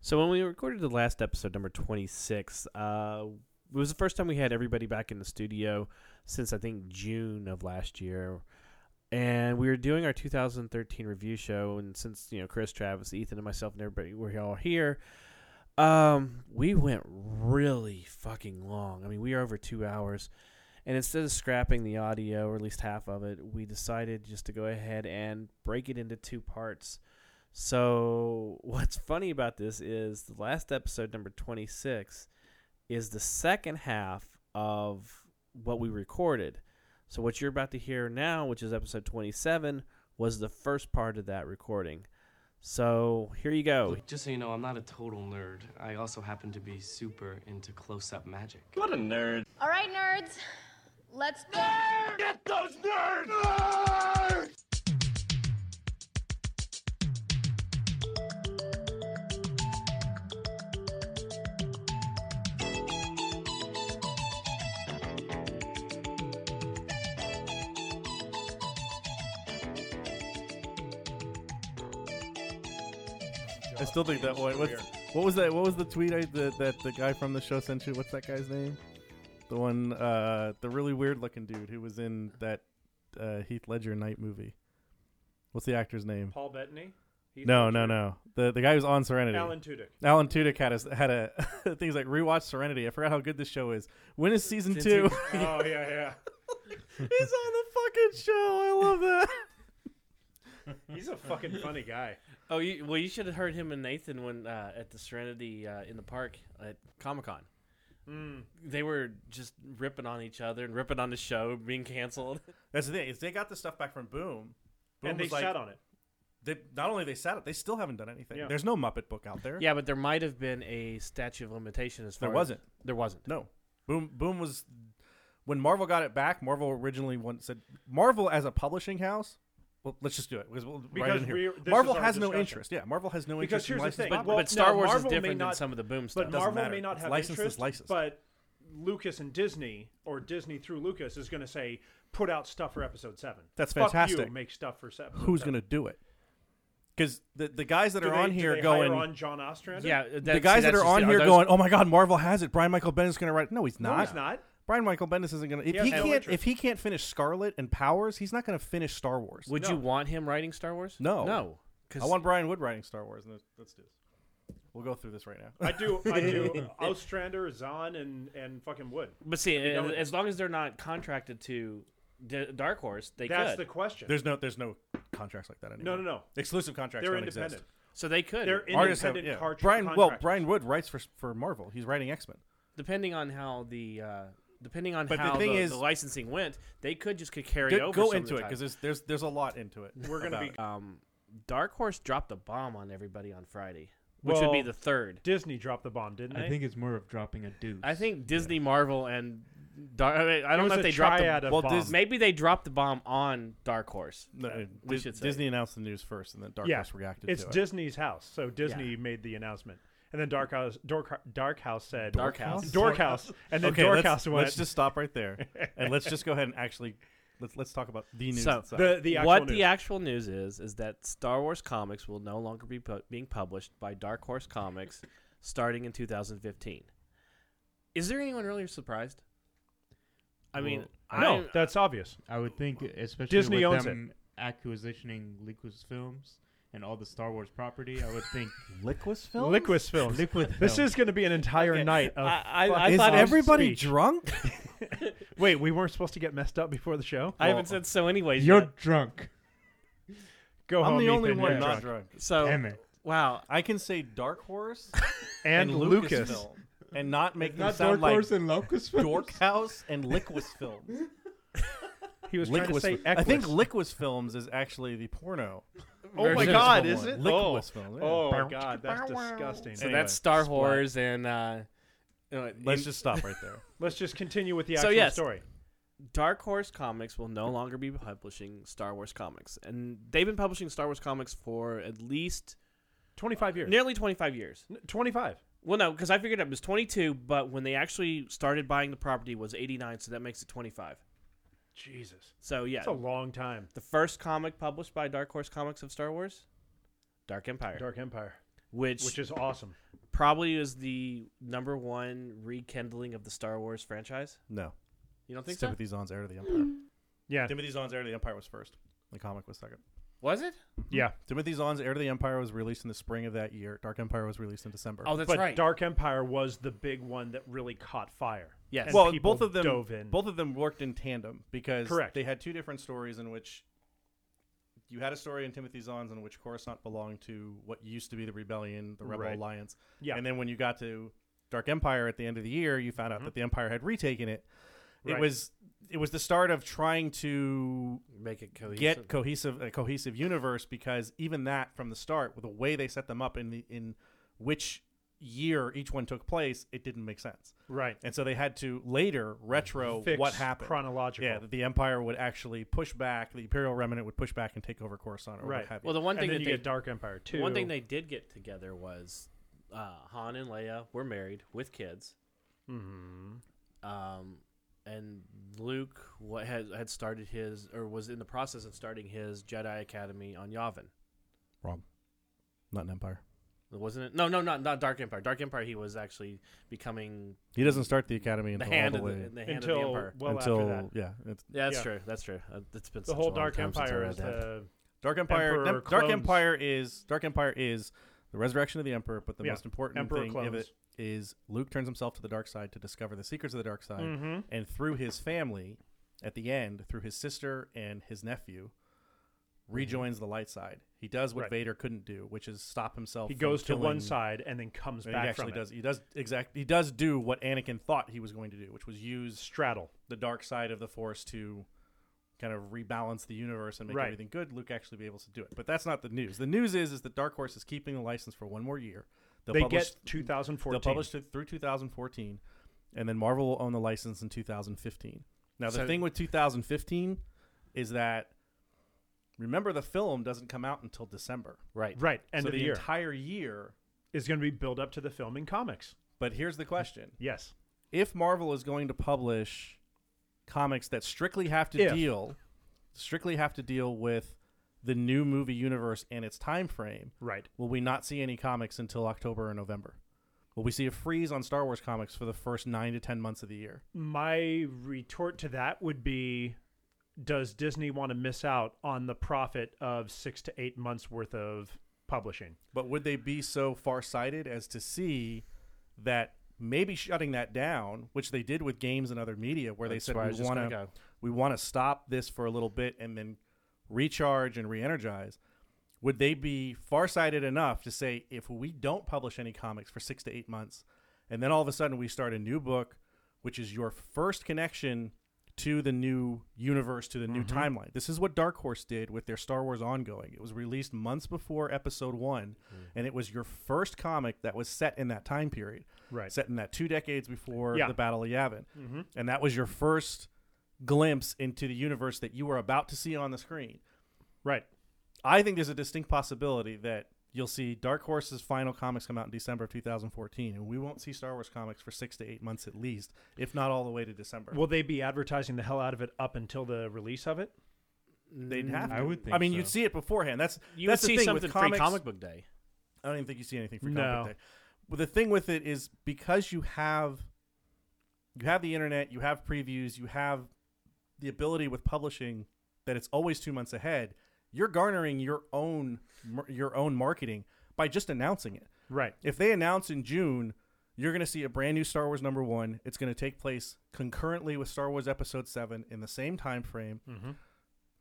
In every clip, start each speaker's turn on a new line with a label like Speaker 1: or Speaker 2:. Speaker 1: So when we recorded the last episode, number twenty six, uh, it was the first time we had everybody back in the studio since I think June of last year, and we were doing our 2013 review show. And since you know Chris, Travis, Ethan, and myself, and everybody were all here, um, we went really fucking long. I mean, we are over two hours. And instead of scrapping the audio, or at least half of it, we decided just to go ahead and break it into two parts. So, what's funny about this is the last episode, number 26, is the second half of what we recorded. So, what you're about to hear now, which is episode 27, was the first part of that recording. So, here you go.
Speaker 2: Look, just so you know, I'm not a total nerd. I also happen to be super into close up magic.
Speaker 3: What a nerd.
Speaker 4: All right, nerds, let's do
Speaker 3: Get those nerds! Nerds!
Speaker 5: I still think that one. What's, what was that? What was the tweet I, the, that the guy from the show sent you? What's that guy's name? The one, uh, the really weird looking dude who was in that uh, Heath Ledger night movie. What's the actor's name?
Speaker 6: Paul Bettany? Heath
Speaker 5: no,
Speaker 6: Ledger?
Speaker 5: no, no. The the guy who's on Serenity.
Speaker 6: Alan Tudyk.
Speaker 5: Alan Tudyk had a had a things like rewatch Serenity. I forgot how good this show is. When is season two?
Speaker 6: Oh, yeah, yeah.
Speaker 5: He's on the fucking show. I love that.
Speaker 6: He's a fucking funny guy.
Speaker 1: Oh, you, well, you should have heard him and Nathan when uh, at the Serenity uh, in the park at Comic Con.
Speaker 6: Hmm.
Speaker 1: They were just ripping on each other and ripping on the show being canceled.
Speaker 5: That's the thing is they got the stuff back from Boom. Boom
Speaker 6: and they
Speaker 5: was like,
Speaker 6: shut on it.
Speaker 5: They, not only they sat it, they still haven't done anything.
Speaker 6: Yeah.
Speaker 5: There's no Muppet book out there.
Speaker 1: yeah, but there might have been a statute of limitation as far.
Speaker 5: There wasn't.
Speaker 1: As, there wasn't.
Speaker 5: No. Boom Boom was when Marvel got it back, Marvel originally once said Marvel as a publishing house. Well, let's just do it because we'll right
Speaker 6: Because
Speaker 5: in here.
Speaker 6: we're- this
Speaker 5: Marvel
Speaker 6: is our
Speaker 5: has no
Speaker 6: discussion.
Speaker 5: interest. Yeah, Marvel has no
Speaker 6: Because
Speaker 5: interest. in
Speaker 6: here's the
Speaker 5: license,
Speaker 6: thing.
Speaker 5: but
Speaker 1: But,
Speaker 6: Well,
Speaker 1: but Star
Speaker 6: no,
Speaker 1: Wars
Speaker 6: Marvel
Speaker 1: is
Speaker 6: may
Speaker 1: different than
Speaker 6: not-
Speaker 1: some of the Boom stuff.
Speaker 6: But
Speaker 5: doesn't
Speaker 6: Marvel
Speaker 5: matter.
Speaker 6: may not
Speaker 5: It's
Speaker 6: have
Speaker 5: licensed
Speaker 6: interest,
Speaker 5: as licensed.
Speaker 6: but Lucas and Disney, or Disney through Lucas, is going to say, put out stuff for episode seven.
Speaker 5: That's
Speaker 6: Fuck
Speaker 5: fantastic.
Speaker 6: You, make stuff for seven.
Speaker 5: who's going to do it? Because the, the guys that
Speaker 6: do
Speaker 5: are
Speaker 6: they,
Speaker 5: on
Speaker 6: do
Speaker 5: here
Speaker 6: they
Speaker 5: going,
Speaker 6: hire on John Ostrander?
Speaker 1: yeah,
Speaker 5: the guys that are on here going, oh my god, Marvel has it. Brian Michael Bendis is going to write. it." No, he's
Speaker 6: no,
Speaker 5: not.
Speaker 6: he's not.
Speaker 5: Brian Michael Bendis isn't going to. If
Speaker 6: has
Speaker 5: he
Speaker 6: no
Speaker 5: can't,
Speaker 6: interest.
Speaker 5: if he can't finish Scarlet and Powers, he's not going to finish Star Wars.
Speaker 1: Would you want him writing Star Wars?
Speaker 5: No.
Speaker 1: no. Because
Speaker 5: I want Brian Wood writing Star Wars. And let's do this. We'll go through this right now.
Speaker 6: I do. I do. Ostrander, Zahn, and and fucking Wood.
Speaker 1: But see,
Speaker 6: done
Speaker 1: as,
Speaker 6: with it.
Speaker 1: as long as they're not contracted to D- Dark Horse, they
Speaker 6: That's
Speaker 1: could.
Speaker 6: the question.
Speaker 5: There's no there's no contracts like that anymore.
Speaker 6: no, no.
Speaker 5: Exclusive contracts.
Speaker 6: They're
Speaker 5: don't
Speaker 6: independent.
Speaker 5: Exist.
Speaker 1: so they could.
Speaker 6: They're
Speaker 5: Artists
Speaker 6: independent
Speaker 5: have
Speaker 6: cartridge
Speaker 5: yeah.
Speaker 6: contractors.
Speaker 5: Brian. Well, Brian Wood writes for for Marvel. He's writing X Men.
Speaker 1: depending on how the uh, depending on
Speaker 5: But the
Speaker 1: how the,
Speaker 5: thing is-
Speaker 1: the licensing went, they could just could carry
Speaker 5: Go,
Speaker 1: over.
Speaker 5: go
Speaker 1: some
Speaker 5: into
Speaker 1: of
Speaker 5: it
Speaker 1: the
Speaker 5: because there's there's there's a lot into it.
Speaker 6: We're going to be
Speaker 1: time. um, Dark Horse dropped a bomb on everybody on Friday, which would be
Speaker 6: Well-
Speaker 1: the third.
Speaker 6: Disney dropped the bomb, didn't they?
Speaker 7: I think it's more of dropping a deuce.
Speaker 1: I think Disney, Marvel, and Dark. I, mean, I
Speaker 6: It
Speaker 1: don't
Speaker 6: was
Speaker 1: know if
Speaker 6: a
Speaker 1: they dropped.
Speaker 6: triad
Speaker 1: The,
Speaker 6: of
Speaker 5: Well,
Speaker 6: bomb.
Speaker 5: Disney-
Speaker 1: maybe they dropped the bomb on Dark Horse.
Speaker 5: No, no,
Speaker 1: we
Speaker 5: Dis-
Speaker 1: should say.
Speaker 5: Disney announced the news first, and then Dark
Speaker 6: yeah,
Speaker 5: Horse reacted
Speaker 6: It's
Speaker 5: to it.
Speaker 6: Disney's house, so Disney made the announcement, and then Dark House, Dork, Dark House said
Speaker 1: Dark House?
Speaker 6: Dork House, and then
Speaker 5: okay,
Speaker 6: Dork
Speaker 5: let's,
Speaker 6: House went.
Speaker 5: let's just stop right there, and let's just go ahead and actually let's let's talk about the news.
Speaker 1: So-
Speaker 5: itself.
Speaker 6: the the actual
Speaker 1: what
Speaker 6: news.
Speaker 1: the actual news is is that Star Wars comics will no longer be pu- being published by Dark Horse Comics starting in 2015. Is there anyone really surprised? I mean, I
Speaker 6: no, that's obvious.
Speaker 7: I would think, especially
Speaker 6: Disney
Speaker 7: with
Speaker 6: owns
Speaker 7: them acquisitioning Lucasfilms and all the Star Wars property, I would think Lucasfilm.
Speaker 6: Liquid film.
Speaker 7: Liquid.
Speaker 6: This is going to be an entire night of.
Speaker 1: I, I,
Speaker 6: fucking
Speaker 1: I thought every.
Speaker 6: everybody
Speaker 5: drunk?
Speaker 6: Wait, we weren't supposed to get messed up before the show.
Speaker 1: I haven't said so, anyways.
Speaker 7: you're
Speaker 1: yet.
Speaker 7: drunk.
Speaker 6: Go
Speaker 5: I'm
Speaker 6: home.
Speaker 5: the only
Speaker 6: Ethan,
Speaker 5: one
Speaker 6: you're
Speaker 5: not
Speaker 6: drunk.
Speaker 5: drunk.
Speaker 1: so
Speaker 7: Oh. Damn it.
Speaker 1: wow.
Speaker 5: I can say Dark Horse
Speaker 6: And, Lucas.
Speaker 5: Lucasfilm and not make them
Speaker 7: Not
Speaker 5: sound
Speaker 7: Dark
Speaker 5: like
Speaker 7: Horse and Lucasfilm.
Speaker 5: Dork House and Liquid Films.
Speaker 6: He was trying to
Speaker 5: Liquid
Speaker 6: say.
Speaker 5: Fil- I think
Speaker 6: Equus.
Speaker 5: Liquid Films is actually the porno.
Speaker 6: Oh my
Speaker 1: version
Speaker 6: God!
Speaker 5: of
Speaker 6: Is
Speaker 5: one.
Speaker 6: it?
Speaker 5: Liquid
Speaker 6: Oh.
Speaker 5: Film, yeah.
Speaker 6: Oh my God! That's disgusting.
Speaker 1: So
Speaker 5: Anyway,
Speaker 1: that's Star
Speaker 5: splat.
Speaker 1: Wars and uh, you know,
Speaker 5: Let's
Speaker 1: in-
Speaker 5: just stop right there.
Speaker 6: Let's just continue with the
Speaker 1: So,
Speaker 6: actual
Speaker 1: yes.
Speaker 6: story.
Speaker 1: Dark Horse Comics will no longer be publishing Star Wars comics, and they've been publishing Star Wars comics for at least
Speaker 6: Twenty-five years.
Speaker 1: nearly 25 years.
Speaker 6: N- Twenty-five.
Speaker 1: Well, no, because I figured it was 22, but when they actually started buying the property was 89, so that makes it 25.
Speaker 6: Jesus.
Speaker 1: So yeah,
Speaker 6: That's a long time.
Speaker 1: the first comic published by Dark Horse Comics of Star Wars, Dark Empire,
Speaker 6: Dark Empire,
Speaker 1: which,
Speaker 6: which is awesome.
Speaker 1: probably is the number one rekindling of the Star Wars franchise.
Speaker 5: No.
Speaker 1: You don't think so?
Speaker 5: Timothy Zahn's Heir to the Empire.
Speaker 6: Yeah,
Speaker 5: Timothy Zahn's Heir to the Empire was first. The comic was second.
Speaker 1: Was it?
Speaker 6: yeah.
Speaker 5: Timothy Zahn's Heir to the Empire was released in the spring of that year. Dark Empire was released in December.
Speaker 1: Oh, that's
Speaker 6: but
Speaker 1: right.
Speaker 6: Dark Empire was the big one that really caught fire.
Speaker 1: Yes.
Speaker 6: and
Speaker 5: well,
Speaker 6: people
Speaker 5: both of them
Speaker 6: dove in.
Speaker 5: both of them worked in tandem because
Speaker 6: Correct.
Speaker 5: they had two different stories in which you had a story in Timothy Zahn's in which Coruscant belonged to what used to be the rebellion, the Rebel
Speaker 6: Right.
Speaker 5: Alliance.
Speaker 6: Yeah.
Speaker 5: And then when you got to Dark Empire at the end of the year, you found out that the Empire had retaken it. It
Speaker 6: Mm-hmm. Right.
Speaker 5: was it was the start of trying to
Speaker 1: Make it cohesive.
Speaker 5: get cohesive a cohesive universe because even that from the start with the way they set them up in the in which year each one took place it didn't make sense
Speaker 6: right.
Speaker 5: and so they had to later retro
Speaker 6: Fix
Speaker 5: what happened
Speaker 6: chronological.
Speaker 5: yeah that the empire would actually push back the imperial remnant would push back and take over coruscant or
Speaker 6: Right.
Speaker 5: what have you.
Speaker 1: well, the one
Speaker 6: and
Speaker 1: thing
Speaker 6: then
Speaker 1: that
Speaker 6: you
Speaker 1: they
Speaker 6: get Dark Empire too.
Speaker 1: one thing they did get together was uh, Han and Leia were married with kids.
Speaker 6: Mm-hmm.
Speaker 1: Um, and Luke what had had started his or was in the process of starting his Jedi Academy on Yavin.
Speaker 5: wrong not an empire
Speaker 1: Wasn't it? No, no, not not Dark Empire. Dark Empire. He was actually becoming
Speaker 5: he doesn't start the academy
Speaker 1: the
Speaker 5: until
Speaker 1: hand,
Speaker 5: all
Speaker 1: of
Speaker 5: the
Speaker 1: the,
Speaker 5: way
Speaker 1: the hand of the
Speaker 6: until
Speaker 1: Empire.
Speaker 6: well
Speaker 5: until
Speaker 6: after that.
Speaker 5: yeah it's,
Speaker 1: Yeah, that's
Speaker 6: yeah.
Speaker 1: true. That's true. Uh, it's been
Speaker 6: The
Speaker 1: such a
Speaker 6: whole
Speaker 1: long
Speaker 6: Dark
Speaker 1: time since I
Speaker 6: Empire
Speaker 1: read
Speaker 6: is
Speaker 1: that.
Speaker 6: the
Speaker 5: dark empire
Speaker 6: Emperor
Speaker 5: Dem- dark
Speaker 6: clones.
Speaker 5: empire is dark empire is the resurrection of the emperor but the
Speaker 6: Yeah,
Speaker 5: most important
Speaker 6: Emperor
Speaker 5: thing of
Speaker 6: clones.
Speaker 5: it is luke turns himself to the dark side to discover the secrets of the dark side
Speaker 6: Mhm.
Speaker 5: and through his family at the end through his sister and his nephew rejoins the light side he does what
Speaker 6: Mm-hmm. Right.
Speaker 5: vader couldn't do which is stop himself
Speaker 6: He
Speaker 5: from
Speaker 6: goes to one
Speaker 5: killing-
Speaker 6: side and then comes
Speaker 5: he
Speaker 6: back
Speaker 5: actually
Speaker 6: from it.
Speaker 5: does he does exact he does do what anakin thought he was going to do which was use
Speaker 6: straddle.
Speaker 5: the dark side of the force to kind of rebalance the universe and make
Speaker 6: Right.
Speaker 5: everything good luke actually be able to do it but that's not the news the news is is that dark horse is keeping the license for one more year They'll
Speaker 6: They
Speaker 5: publish-
Speaker 6: get 2014.
Speaker 5: They'll publish it through 2014, and then Marvel will own the license in 2015. Now, the
Speaker 1: So-
Speaker 5: thing with 2015 is that remember the film doesn't come out until December.
Speaker 1: right.
Speaker 6: right end
Speaker 5: so
Speaker 6: of the,
Speaker 5: the
Speaker 6: year
Speaker 5: entire year.
Speaker 6: is going to be built up to the film and comics.
Speaker 5: But here's the question:
Speaker 6: Yes,
Speaker 5: If Marvel is going to publish comics that strictly have to
Speaker 6: If.
Speaker 5: deal, strictly have to deal with the new movie universe and its time frame,
Speaker 6: right.
Speaker 5: will we not see any comics until October or November? Will we see a freeze on Star Wars comics for the first nine to ten months of the year?
Speaker 6: My retort to that would be does Disney want to miss out on the profit of 6 to 8 months worth of publishing?
Speaker 5: But would they be so farsighted as to see that maybe shutting that down, which they did with games and other media, where
Speaker 1: That's
Speaker 5: they said
Speaker 1: where I
Speaker 5: we
Speaker 1: was just
Speaker 5: want
Speaker 1: gonna
Speaker 5: to
Speaker 1: go.
Speaker 5: we want to stop this for a little bit and then recharge and re-energize? Would they be farsighted enough to say if we don't publish any comics for six to eight months, and then all of a sudden we start a new book, which is your first connection to the new universe, to the new
Speaker 6: Mm-hmm.
Speaker 5: timeline. This is what Dark Horse did with their Star Wars ongoing. It was released months before episode one,
Speaker 6: Mm.
Speaker 5: and it was your first comic that was set in that time period.
Speaker 6: Right.
Speaker 5: Set in that two decades before
Speaker 6: Yeah. Mm-hmm.
Speaker 5: the Battle of Yavin. And that was your first glimpse into the universe that you were about to see on the screen.
Speaker 6: Right.
Speaker 5: I think there's a distinct possibility that you'll see Dark Horse's final comics come out in December of 2014, and we won't see Star Wars comics for six to eight months at least, if not all the way to December.
Speaker 6: Will they be advertising the hell out of it up until the release of it?
Speaker 5: They'd
Speaker 1: mm,
Speaker 5: have to.
Speaker 7: I would think
Speaker 5: I mean,
Speaker 7: so.
Speaker 5: you'd see it beforehand. That's
Speaker 1: You
Speaker 5: that's
Speaker 1: would see
Speaker 5: the thing
Speaker 1: something
Speaker 5: with
Speaker 1: free
Speaker 5: comics.
Speaker 1: comic book day.
Speaker 5: I don't even think you see anything for
Speaker 6: No.
Speaker 5: comic book day. But the thing with it is because you have you have the internet, you have previews, you have the ability with publishing that it's always two months ahead. You're garnering your own mar- your own marketing by just announcing it.
Speaker 6: Right.
Speaker 5: If they announce in June, you're going to see a brand new Star Wars number one. It's going to take place concurrently with Star Wars Episode Seven in the same time frame.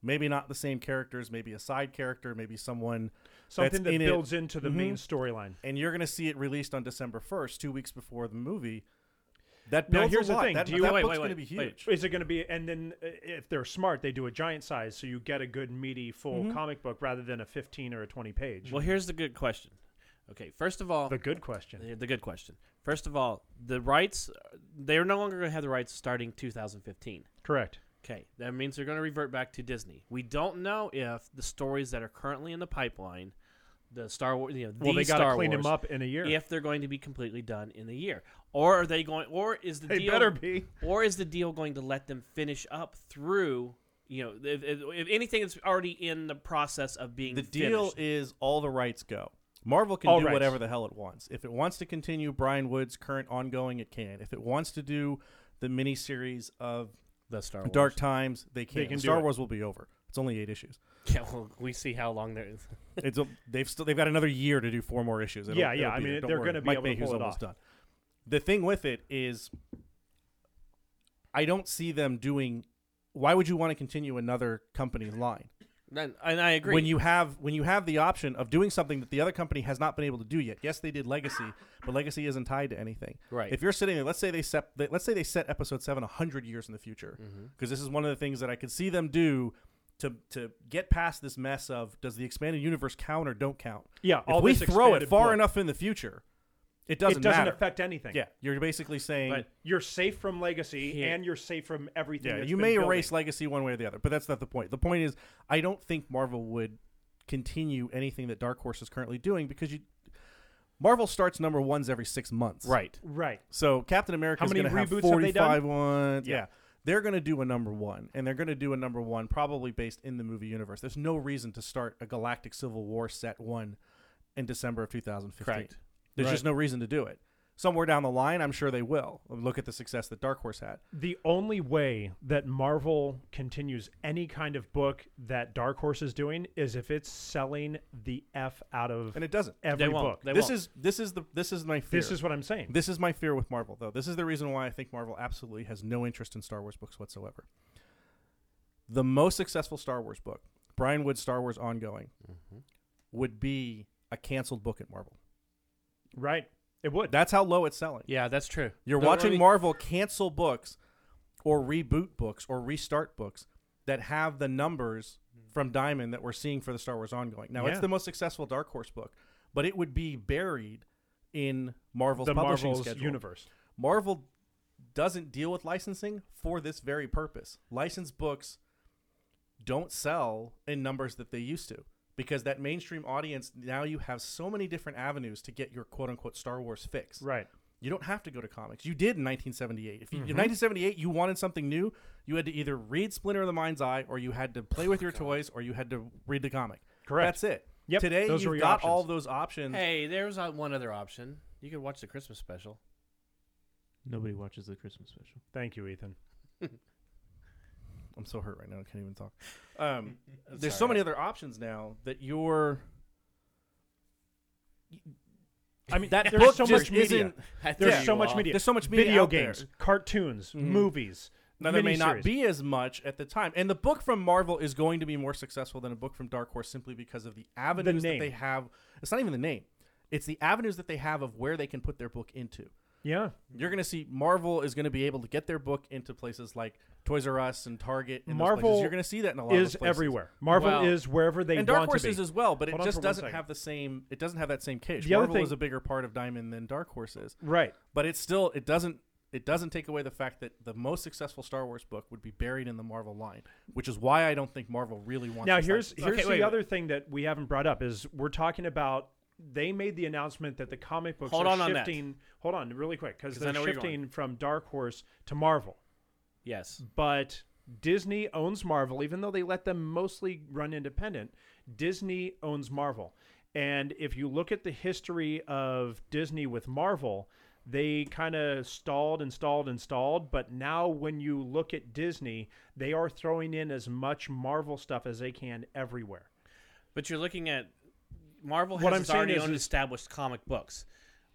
Speaker 5: Maybe not the same characters, maybe a side character, maybe someone
Speaker 6: Something
Speaker 5: that's
Speaker 6: that
Speaker 5: in it.
Speaker 6: builds into the
Speaker 5: Mhm.
Speaker 6: main
Speaker 1: Mm-hmm.
Speaker 6: storyline.
Speaker 5: And you're going to see it released on December first, two weeks before the movie. That
Speaker 6: Now,
Speaker 5: builds
Speaker 6: here's
Speaker 5: a
Speaker 6: the
Speaker 5: lot.
Speaker 6: thing.
Speaker 5: That,
Speaker 6: Do you-
Speaker 5: that
Speaker 1: Wait,
Speaker 5: book's
Speaker 1: wait,
Speaker 5: going to
Speaker 1: wait,
Speaker 5: be
Speaker 1: wait.
Speaker 5: huge.
Speaker 6: Is it going to be, and then uh, if they're smart, they do a giant size so you get a good, meaty, full comic book rather than a 15 or a 20 page?
Speaker 1: Mm-hmm. Well, here's the good question. Okay, first of all,
Speaker 6: the good question.
Speaker 1: The, the good question. First of all, the rights they're no longer going to have the rights starting 2015.
Speaker 6: Correct.
Speaker 1: Okay, that means they're going to revert back to Disney. We don't know if the stories that are currently in the pipeline, the Star Wars, you know,
Speaker 6: Well,
Speaker 1: the
Speaker 6: they got
Speaker 1: Star
Speaker 6: to clean
Speaker 1: Wars,
Speaker 6: him up in a year.
Speaker 1: if they're going to be completely done in a year, or are they going? Or is the
Speaker 6: They
Speaker 1: deal
Speaker 6: better be.
Speaker 1: Or is the deal going to let them finish up through? You know, if, if, if anything that's already in the process of being
Speaker 5: The deal
Speaker 1: finished.
Speaker 5: is all the rights go. Marvel can
Speaker 6: All
Speaker 5: do
Speaker 6: right.
Speaker 5: whatever the hell it wants. If it wants to continue Brian Wood's current ongoing, it can. If it wants to do the miniseries of
Speaker 1: The Star Wars.
Speaker 5: Dark Times, they can.
Speaker 6: They can do
Speaker 5: Star
Speaker 6: it.
Speaker 5: Wars will be over. It's only eight issues.
Speaker 1: Yeah, well, we see how long there is.
Speaker 5: It's a, they've still they've got another year to do four more issues.
Speaker 6: Yeah, yeah, I
Speaker 5: be
Speaker 6: mean,
Speaker 5: Don't
Speaker 6: they're
Speaker 5: worry.
Speaker 6: gonna be
Speaker 5: Mike
Speaker 6: able to
Speaker 5: Mayhew's
Speaker 6: pull it
Speaker 5: almost
Speaker 6: off.
Speaker 5: done. The thing with it is, I don't see them doing. Why would you want to continue another company's line
Speaker 1: And, and I agree.
Speaker 5: when you have when you have the option of doing something that the other company has not been able to do yet? Yes, they did Legacy, but Legacy isn't tied to anything.
Speaker 1: Right.
Speaker 5: If you're sitting there, let's say they set they- let's say they set Episode Seven hundred years in the future, because
Speaker 6: Mm-hmm.
Speaker 5: this is one of the things that I could see them do. To, to get past this mess of does the expanded universe count or don't count?
Speaker 6: Yeah,
Speaker 5: if
Speaker 6: all
Speaker 5: we
Speaker 6: this
Speaker 5: throw it
Speaker 6: expanded
Speaker 5: far
Speaker 6: book.
Speaker 5: enough in the future, it doesn't,
Speaker 6: it doesn't
Speaker 5: matter.
Speaker 6: affect anything.
Speaker 5: Yeah, you're basically saying
Speaker 6: But you're safe from legacy
Speaker 1: Yeah.
Speaker 6: and you're safe from everything.
Speaker 5: yeah,
Speaker 6: that's
Speaker 5: you
Speaker 6: been
Speaker 5: may
Speaker 6: building.
Speaker 5: erase legacy one way or the other, but that's not the point. The point is, I don't think Marvel would continue anything that Dark Horse is currently doing because you Marvel starts number ones every six months,
Speaker 1: right.
Speaker 6: Right.
Speaker 5: So Captain America
Speaker 6: How
Speaker 5: is
Speaker 6: many
Speaker 5: going to have
Speaker 6: reboots have they done?
Speaker 5: 45 ones. Yeah.
Speaker 6: Yeah.
Speaker 5: They're going to do a number one, and they're going to do a number one probably based in the movie universe. There's no reason to start a Galactic Civil War set one in December of 2015.
Speaker 1: Correct.
Speaker 5: There's just no reason to do it. Somewhere down the line, I'm sure they will. Look at the success that Dark Horse had.
Speaker 6: The only way that Marvel continues any kind of book that Dark Horse is doing is if it's selling the F out of
Speaker 5: And it doesn't.
Speaker 6: every
Speaker 1: won't.
Speaker 6: book.
Speaker 1: They
Speaker 5: this
Speaker 1: won't.
Speaker 5: is this is the this is my fear.
Speaker 6: This is what I'm saying.
Speaker 5: This is my fear with Marvel, though. This is the reason why I think Marvel absolutely has no interest in Star Wars books whatsoever. The most successful Star Wars book, Brian Wood's Star Wars ongoing, would be a canceled book at Marvel.
Speaker 6: right. It would.
Speaker 5: That's how low it's selling.
Speaker 1: Yeah, that's true.
Speaker 5: You're
Speaker 1: Don't
Speaker 5: watching
Speaker 1: really-
Speaker 5: Marvel cancel books or reboot books or restart books that have the numbers from Diamond that we're seeing for the Star Wars ongoing. Now, it's
Speaker 6: Hmm. Yeah.
Speaker 5: the most successful Dark Horse book, but it would be buried in Marvel's
Speaker 6: the
Speaker 5: publishing
Speaker 6: Marvel's
Speaker 5: schedule.
Speaker 6: universe.
Speaker 5: Marvel doesn't deal with licensing for this very purpose. Licensed books don't sell in numbers that they used to because that mainstream audience now you have so many different avenues to get your quote unquote Star Wars fix.
Speaker 6: Right.
Speaker 5: You don't have to go to comics. You did in 1978. If you,
Speaker 6: Mm-hmm.
Speaker 5: in 1978 you wanted something new, you had to either read Splinter of the Mind's Eye, or you had to play with your toys, or you had to read the comic.
Speaker 6: Oh Correct.
Speaker 5: That's it.
Speaker 6: Yep,
Speaker 5: Today
Speaker 6: those were
Speaker 5: you've
Speaker 6: your
Speaker 5: got
Speaker 6: options.
Speaker 5: all those options.
Speaker 1: Hey, there's uh, one other option. You could watch the Christmas special.
Speaker 7: Nobody watches the Christmas special.
Speaker 6: Thank you, Ethan.
Speaker 5: I'm so hurt right now. I can't even talk. Um, there's so many other options now that you're.
Speaker 6: I mean,
Speaker 5: That
Speaker 6: there's
Speaker 5: book
Speaker 6: so
Speaker 5: just
Speaker 6: much media.
Speaker 5: isn't-
Speaker 1: I threw
Speaker 6: There's
Speaker 1: you
Speaker 6: so much
Speaker 1: off.
Speaker 6: media.
Speaker 5: There's so much media
Speaker 6: Video
Speaker 5: out there.
Speaker 6: games, cartoons, movies.
Speaker 5: Now there may not
Speaker 6: miniseries.
Speaker 5: be as much at the time, and the book from Marvel is going to be more successful than a book from Dark Horse simply because of the avenues that
Speaker 6: name.
Speaker 5: they have. It's not even the name; it's the avenues that they have of where they can put their book into.
Speaker 6: Yeah.
Speaker 5: You're going to see Marvel is going to be able to get their book into places like Toys R Us and Target. And those places.
Speaker 6: Marvel
Speaker 5: you're going to see that in a lot of
Speaker 6: Is
Speaker 5: those places.
Speaker 6: everywhere. Marvel
Speaker 1: Well,
Speaker 6: is wherever they
Speaker 5: and
Speaker 6: want
Speaker 5: Dark Horse
Speaker 6: to be.
Speaker 5: is as well, but it
Speaker 6: Hold on
Speaker 5: just
Speaker 6: for one
Speaker 5: doesn't
Speaker 6: second.
Speaker 5: have the same. It doesn't have that same cage.
Speaker 6: The other
Speaker 5: Marvel
Speaker 6: thing-
Speaker 5: is a bigger part of Diamond than Dark Horse is,
Speaker 6: right.
Speaker 5: but it's still it doesn't it doesn't take away the fact that the most successful Star Wars book would be buried in the Marvel line, which is why I don't think Marvel really wants.
Speaker 6: Now
Speaker 5: this
Speaker 6: here's
Speaker 5: license.
Speaker 6: here's
Speaker 1: Okay,
Speaker 6: the
Speaker 1: wait, wait.
Speaker 6: other thing that we haven't brought up is we're talking about they made the announcement that the comic books
Speaker 1: Hold
Speaker 6: are
Speaker 1: on on that.
Speaker 6: shifting. Hold on, really quick, because
Speaker 1: 'Cause I
Speaker 6: they're
Speaker 1: know where you're going.
Speaker 6: shifting from Dark Horse to Marvel.
Speaker 1: Yes.
Speaker 6: But Disney owns Marvel, even though they let them mostly run independent. Disney owns Marvel, and if you look at the history of Disney with Marvel. They kind of stalled and stalled and stalled, but now when you look at Disney, they are throwing in as much Marvel stuff as they can everywhere.
Speaker 1: But you're looking at Marvel
Speaker 6: What
Speaker 1: has
Speaker 6: I'm saying
Speaker 1: already
Speaker 6: is-
Speaker 1: owned
Speaker 6: is-
Speaker 1: established comic books.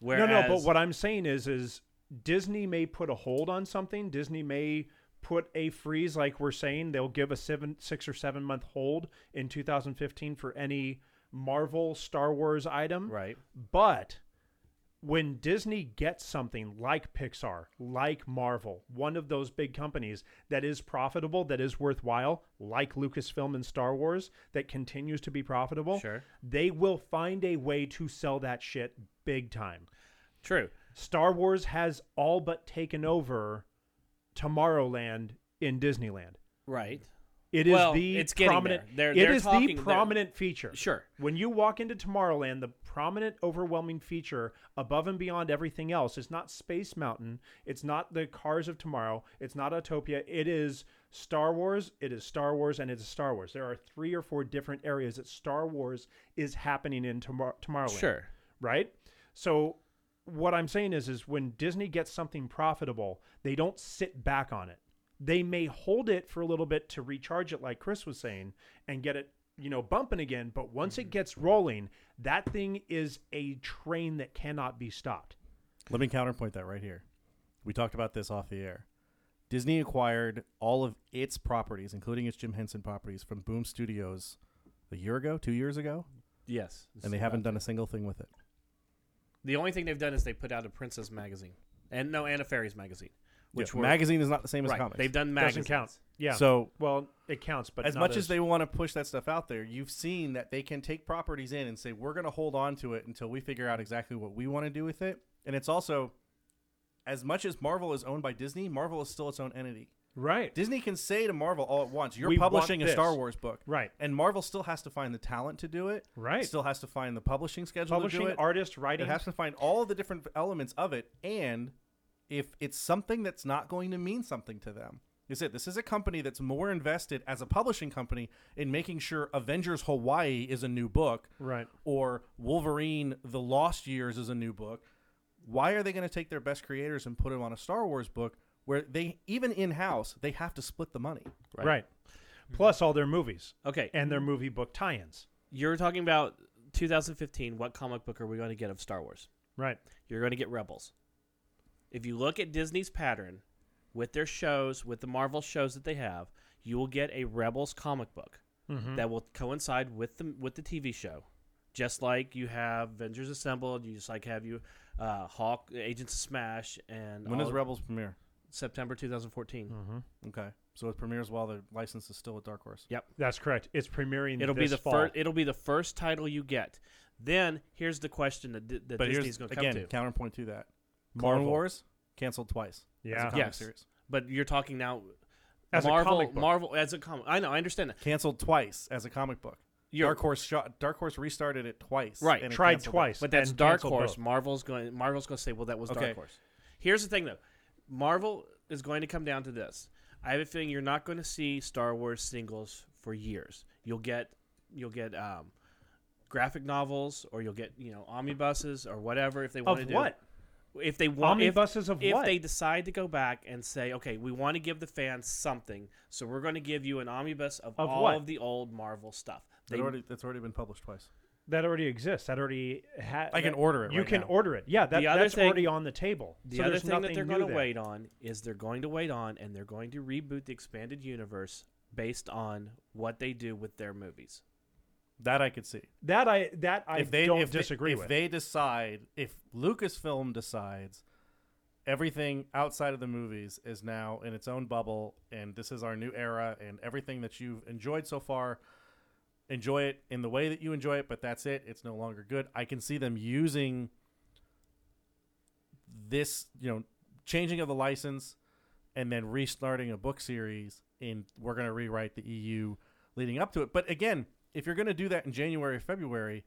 Speaker 6: No,
Speaker 1: Whereas,
Speaker 6: no. But what I'm saying is, is Disney may put a hold on something. Disney may put a freeze, like we're saying, they'll give a seven, six or seven month hold in 2015 for any Marvel, Star Wars item.
Speaker 1: right?
Speaker 6: But when Disney gets something like Pixar, like Marvel, one of those big companies that is profitable, that is worthwhile, like Lucasfilm and Star Wars, that continues to be profitable,
Speaker 1: Sure.
Speaker 6: they will find a way to sell that shit big time.
Speaker 1: True.
Speaker 6: Star Wars has all but taken over Tomorrowland in Disneyland.
Speaker 1: Right.
Speaker 6: It is
Speaker 1: Well,
Speaker 6: the
Speaker 1: it's getting
Speaker 6: prominent.
Speaker 1: there. They're-
Speaker 6: it
Speaker 1: they're
Speaker 6: is
Speaker 1: talking-
Speaker 6: the
Speaker 1: they're-
Speaker 6: prominent feature.
Speaker 1: Sure.
Speaker 6: When you walk into Tomorrowland, the prominent, overwhelming feature above and beyond everything else. It's not Space Mountain. It's not the Cars of Tomorrow. It's not Autopia. It is Star Wars. It is Star Wars, and it is Star Wars. There are three or four different areas that Star Wars is happening in tomorrow. Tomorrowland
Speaker 1: Sure.
Speaker 6: right? So what I'm saying is is when Disney gets something profitable, they don't sit back on it. They may hold it for a little bit to recharge it like Chris was saying and get it, you know, bumping again, but once
Speaker 5: Mm-hmm.
Speaker 6: it gets rolling, that thing is a train that cannot be stopped.
Speaker 5: Let me counterpoint that right here. We talked about this off the air. Disney acquired all of its properties, including its Jim Henson properties, from Boom Studios a year ago, two years ago,
Speaker 1: Yes.
Speaker 5: and they haven't done a single thing with it.
Speaker 1: The only thing they've done is they put out a Princess magazine, and no, Anna Fairies magazine, which
Speaker 5: Which
Speaker 1: were
Speaker 5: magazine is not the same as
Speaker 1: right.
Speaker 5: comics.
Speaker 1: They've done
Speaker 6: Doesn't
Speaker 1: magazines.
Speaker 6: count. Yeah.
Speaker 5: So
Speaker 6: well, it counts, but
Speaker 5: as
Speaker 6: not
Speaker 5: much as they want to push that stuff out there, you've seen that they can take properties in and say we're going to hold on to it until we figure out exactly what we want to do with it. And it's also as much as Marvel is owned by Disney, Marvel is still its own entity.
Speaker 6: right.
Speaker 5: Disney can say to Marvel all at once, "You're
Speaker 6: We want
Speaker 5: publishing a
Speaker 6: this."
Speaker 5: Star Wars book,"
Speaker 6: Right.
Speaker 5: And Marvel still has to find the talent to do it,
Speaker 6: Right.
Speaker 5: Still has to find the publishing schedule, to
Speaker 6: Publishing,
Speaker 5: do it.
Speaker 6: artist, writing,
Speaker 5: It has to find all the different elements of it, and if it's something that's not going to mean something to them, is it? This is a company that's more invested as a publishing company in making sure Avengers Hawaii is a new book,
Speaker 6: Right.
Speaker 5: Or Wolverine: The Lost Years is a new book. Why are they going to take their best creators and put them on a Star Wars book where they even in house they have to split the money?
Speaker 6: right.
Speaker 5: Mm-hmm.
Speaker 6: Plus all their movies
Speaker 1: Okay,
Speaker 6: and their movie book tie-ins.
Speaker 1: you're talking about 2015. What comic book are we going to get of Star Wars?
Speaker 6: Right.
Speaker 1: You're going to get Rebels. If you look at Disney's pattern with their shows, with the Marvel shows that they have, you will get a Rebels comic book
Speaker 6: Mm-hmm.
Speaker 1: that will coincide with the with the TV show. Just like you have Avengers Assembled, you just like have you uh, Hawk, Agents of Smash, and
Speaker 5: When does
Speaker 1: all-
Speaker 5: Rebels premiere?
Speaker 1: September 2014.
Speaker 6: Hmm.
Speaker 5: Mm-hmm. Okay, so it premieres while the license is still at Dark Horse.
Speaker 6: That's correct. It's premiering
Speaker 1: It'll be
Speaker 6: this
Speaker 1: the
Speaker 6: fall.
Speaker 1: first. It'll be the first title you get. Then here's the question that, di- that
Speaker 5: But
Speaker 1: Disney's
Speaker 5: here's
Speaker 1: going to come
Speaker 5: again
Speaker 1: to.
Speaker 5: counterpoint to that. Clone
Speaker 6: Marvel.
Speaker 5: Wars canceled twice. as a
Speaker 6: Yeah.
Speaker 5: comic
Speaker 1: Yes.
Speaker 5: series.
Speaker 1: But you're talking now.
Speaker 6: As a
Speaker 1: Marvel,
Speaker 6: comic book.
Speaker 1: Marvel as a comic. I know. I understand that.
Speaker 5: Canceled twice as a comic book.
Speaker 1: You're-
Speaker 5: Dark Horse shot. Dark Horse restarted it twice.
Speaker 1: Right,
Speaker 5: and it
Speaker 6: tried
Speaker 5: canceled it.
Speaker 6: twice.
Speaker 1: But that's
Speaker 6: and
Speaker 1: Dark
Speaker 6: canceled
Speaker 1: Horse.
Speaker 6: both.
Speaker 1: Marvel's going. Marvel's going to say, "Well, that was
Speaker 5: Okay.
Speaker 1: Dark Horse." Here's the thing, though. Marvel is going to come down to this. I have a feeling you're not going to see Star Wars singles for years. You'll get, you'll get um, graphic novels, or you'll get you know omnibuses or whatever if they want to
Speaker 6: Of
Speaker 1: do.
Speaker 6: what?
Speaker 1: If they want if-
Speaker 6: Omnibuses of
Speaker 1: if
Speaker 6: what?
Speaker 1: they decide to go back and say, okay, we want to give the fans something, so we're going to give you an omnibus of,
Speaker 6: Of
Speaker 1: all
Speaker 6: what?
Speaker 1: of the old Marvel stuff.
Speaker 5: It
Speaker 1: They-
Speaker 5: already, that's already been published twice.
Speaker 6: That already exists. That already ha-
Speaker 5: I can
Speaker 6: that-
Speaker 5: order it
Speaker 6: You
Speaker 5: right
Speaker 6: can
Speaker 5: now.
Speaker 6: order it. Yeah, that,
Speaker 1: The other
Speaker 6: that's
Speaker 1: thing-
Speaker 6: already on the table.
Speaker 1: The
Speaker 6: so
Speaker 1: other
Speaker 6: there's
Speaker 1: thing that
Speaker 6: nothing
Speaker 1: they're
Speaker 6: new
Speaker 1: going to
Speaker 6: there.
Speaker 1: wait on is they're going to wait on and they're going to reboot the expanded universe based on what they do with their movies.
Speaker 5: That I could see.
Speaker 6: That I that I
Speaker 5: if they
Speaker 6: don't
Speaker 5: if they-
Speaker 6: disagree
Speaker 5: if
Speaker 6: with.
Speaker 5: they decide, if Lucasfilm decides, everything outside of the movies is now in its own bubble, and this is our new era, and everything that you've enjoyed so far, enjoy it in the way that you enjoy it, but that's it. It's no longer good. I can see them using this, you know, changing of the license, and then restarting a book series in we're going to rewrite the EU leading up to it. But again, if you're going to do that in January or February,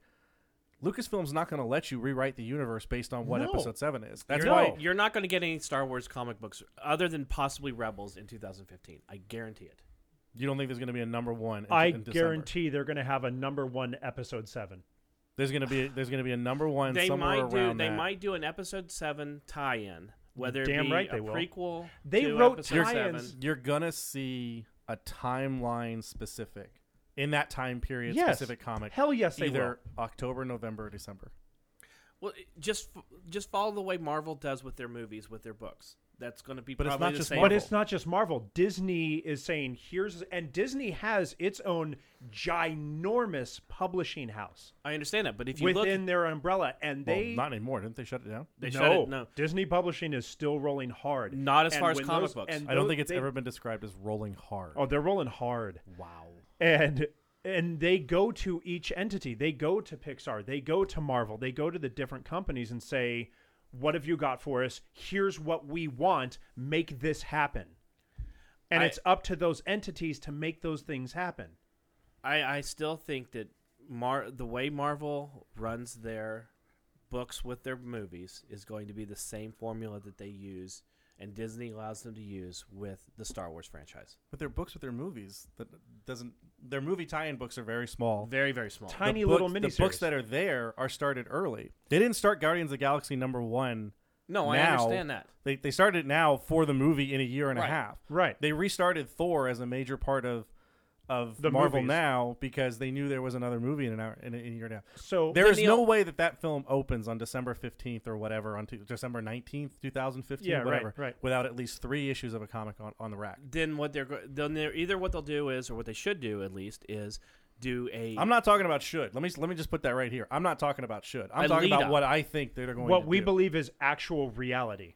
Speaker 5: Lucasfilm's not going to let you rewrite the universe based on what
Speaker 6: No.
Speaker 5: episode 7 is. That's
Speaker 1: you're,
Speaker 5: why
Speaker 6: Oh.
Speaker 1: you're not going to get any Star Wars comic books other than possibly Rebels in 2015. I guarantee it.
Speaker 5: you don't think there's going to be a number 1 in,
Speaker 6: I
Speaker 5: in December.
Speaker 6: guarantee they're going to have a number one episode seven.
Speaker 5: there's going to be there's going to be a number 1
Speaker 1: they
Speaker 5: somewhere
Speaker 1: might do.
Speaker 5: around
Speaker 1: They
Speaker 5: that.
Speaker 1: might do an Episode Seven tie-in. Whether
Speaker 6: damn
Speaker 1: it be
Speaker 6: right
Speaker 1: a
Speaker 6: they will.
Speaker 1: prequel.
Speaker 6: They
Speaker 1: to
Speaker 6: wrote
Speaker 1: episode
Speaker 6: tie-ins.
Speaker 1: seven.
Speaker 5: you're going to see a timeline specific in that time period
Speaker 6: Yes.
Speaker 5: specific comic.
Speaker 6: Hell yes, they
Speaker 5: either October, November, or December.
Speaker 1: Well, it- just f- just follow the way Marvel does with their movies, with their books. That's going to be
Speaker 5: But it's
Speaker 1: probably
Speaker 5: not
Speaker 1: the
Speaker 5: just
Speaker 1: same.
Speaker 6: But
Speaker 5: Marvel.
Speaker 6: it's not just Marvel. Disney is saying here's and Disney has its own ginormous publishing house
Speaker 1: I understand that. But if you look,
Speaker 6: within their umbrella, and
Speaker 5: Well,
Speaker 6: they
Speaker 5: not anymore. Didn't they shut it down?
Speaker 1: they
Speaker 6: no,
Speaker 1: shut it. No,
Speaker 6: Disney publishing is still rolling hard.
Speaker 1: Not as
Speaker 6: And
Speaker 1: far as
Speaker 6: when
Speaker 1: comic
Speaker 6: those-
Speaker 1: books.
Speaker 6: and
Speaker 5: I don't
Speaker 6: those-
Speaker 5: think it's
Speaker 6: they-
Speaker 5: ever been described as rolling hard.
Speaker 6: Oh, they're rolling hard.
Speaker 1: wow.
Speaker 6: and and they go to each entity they go to pixar they go to marvel they go to the different companies and say what have you got for us here's what we want make this happen and
Speaker 1: I-
Speaker 6: it's up to those entities to make those things happen
Speaker 1: I, I still think that Mar the way Marvel runs their books with their movies is going to be the same formula that they use and Disney allows them to use with the Star Wars franchise.
Speaker 5: But their books with their movies that doesn't their movie tie-in books are very small.
Speaker 1: Very very small.
Speaker 5: The
Speaker 6: Tiny
Speaker 5: book-
Speaker 6: little
Speaker 5: The
Speaker 6: mini
Speaker 5: books that are there are started early. They didn't start Guardians of the Galaxy number one.
Speaker 1: No, I
Speaker 5: now.
Speaker 1: understand that.
Speaker 5: They they started it now for the movie in a year and
Speaker 1: Right.
Speaker 5: a half.
Speaker 6: Right.
Speaker 5: They restarted Thor as a major part of of
Speaker 6: The
Speaker 5: Marvel
Speaker 6: movies.
Speaker 5: now because they knew there was another movie in an hour in a, in a year now.
Speaker 6: So
Speaker 5: There is
Speaker 1: Neil-
Speaker 5: no way that that film opens on December 15th or whatever on t- December 19th, 2015,
Speaker 6: Yeah, right,
Speaker 5: whatever,
Speaker 6: right.
Speaker 5: without at least 3 issues of a comic on, on the rack.
Speaker 1: Then what they're go- then they're either what they'll do is or what they should do at least is do a
Speaker 5: I'm not talking about should. Let me let me just put that right here. I'm not talking about should. I'm
Speaker 1: A
Speaker 5: talking
Speaker 1: lead
Speaker 5: about
Speaker 1: up.
Speaker 5: what I think they're going
Speaker 6: what
Speaker 5: to
Speaker 6: we
Speaker 5: do.
Speaker 6: believe is actual reality.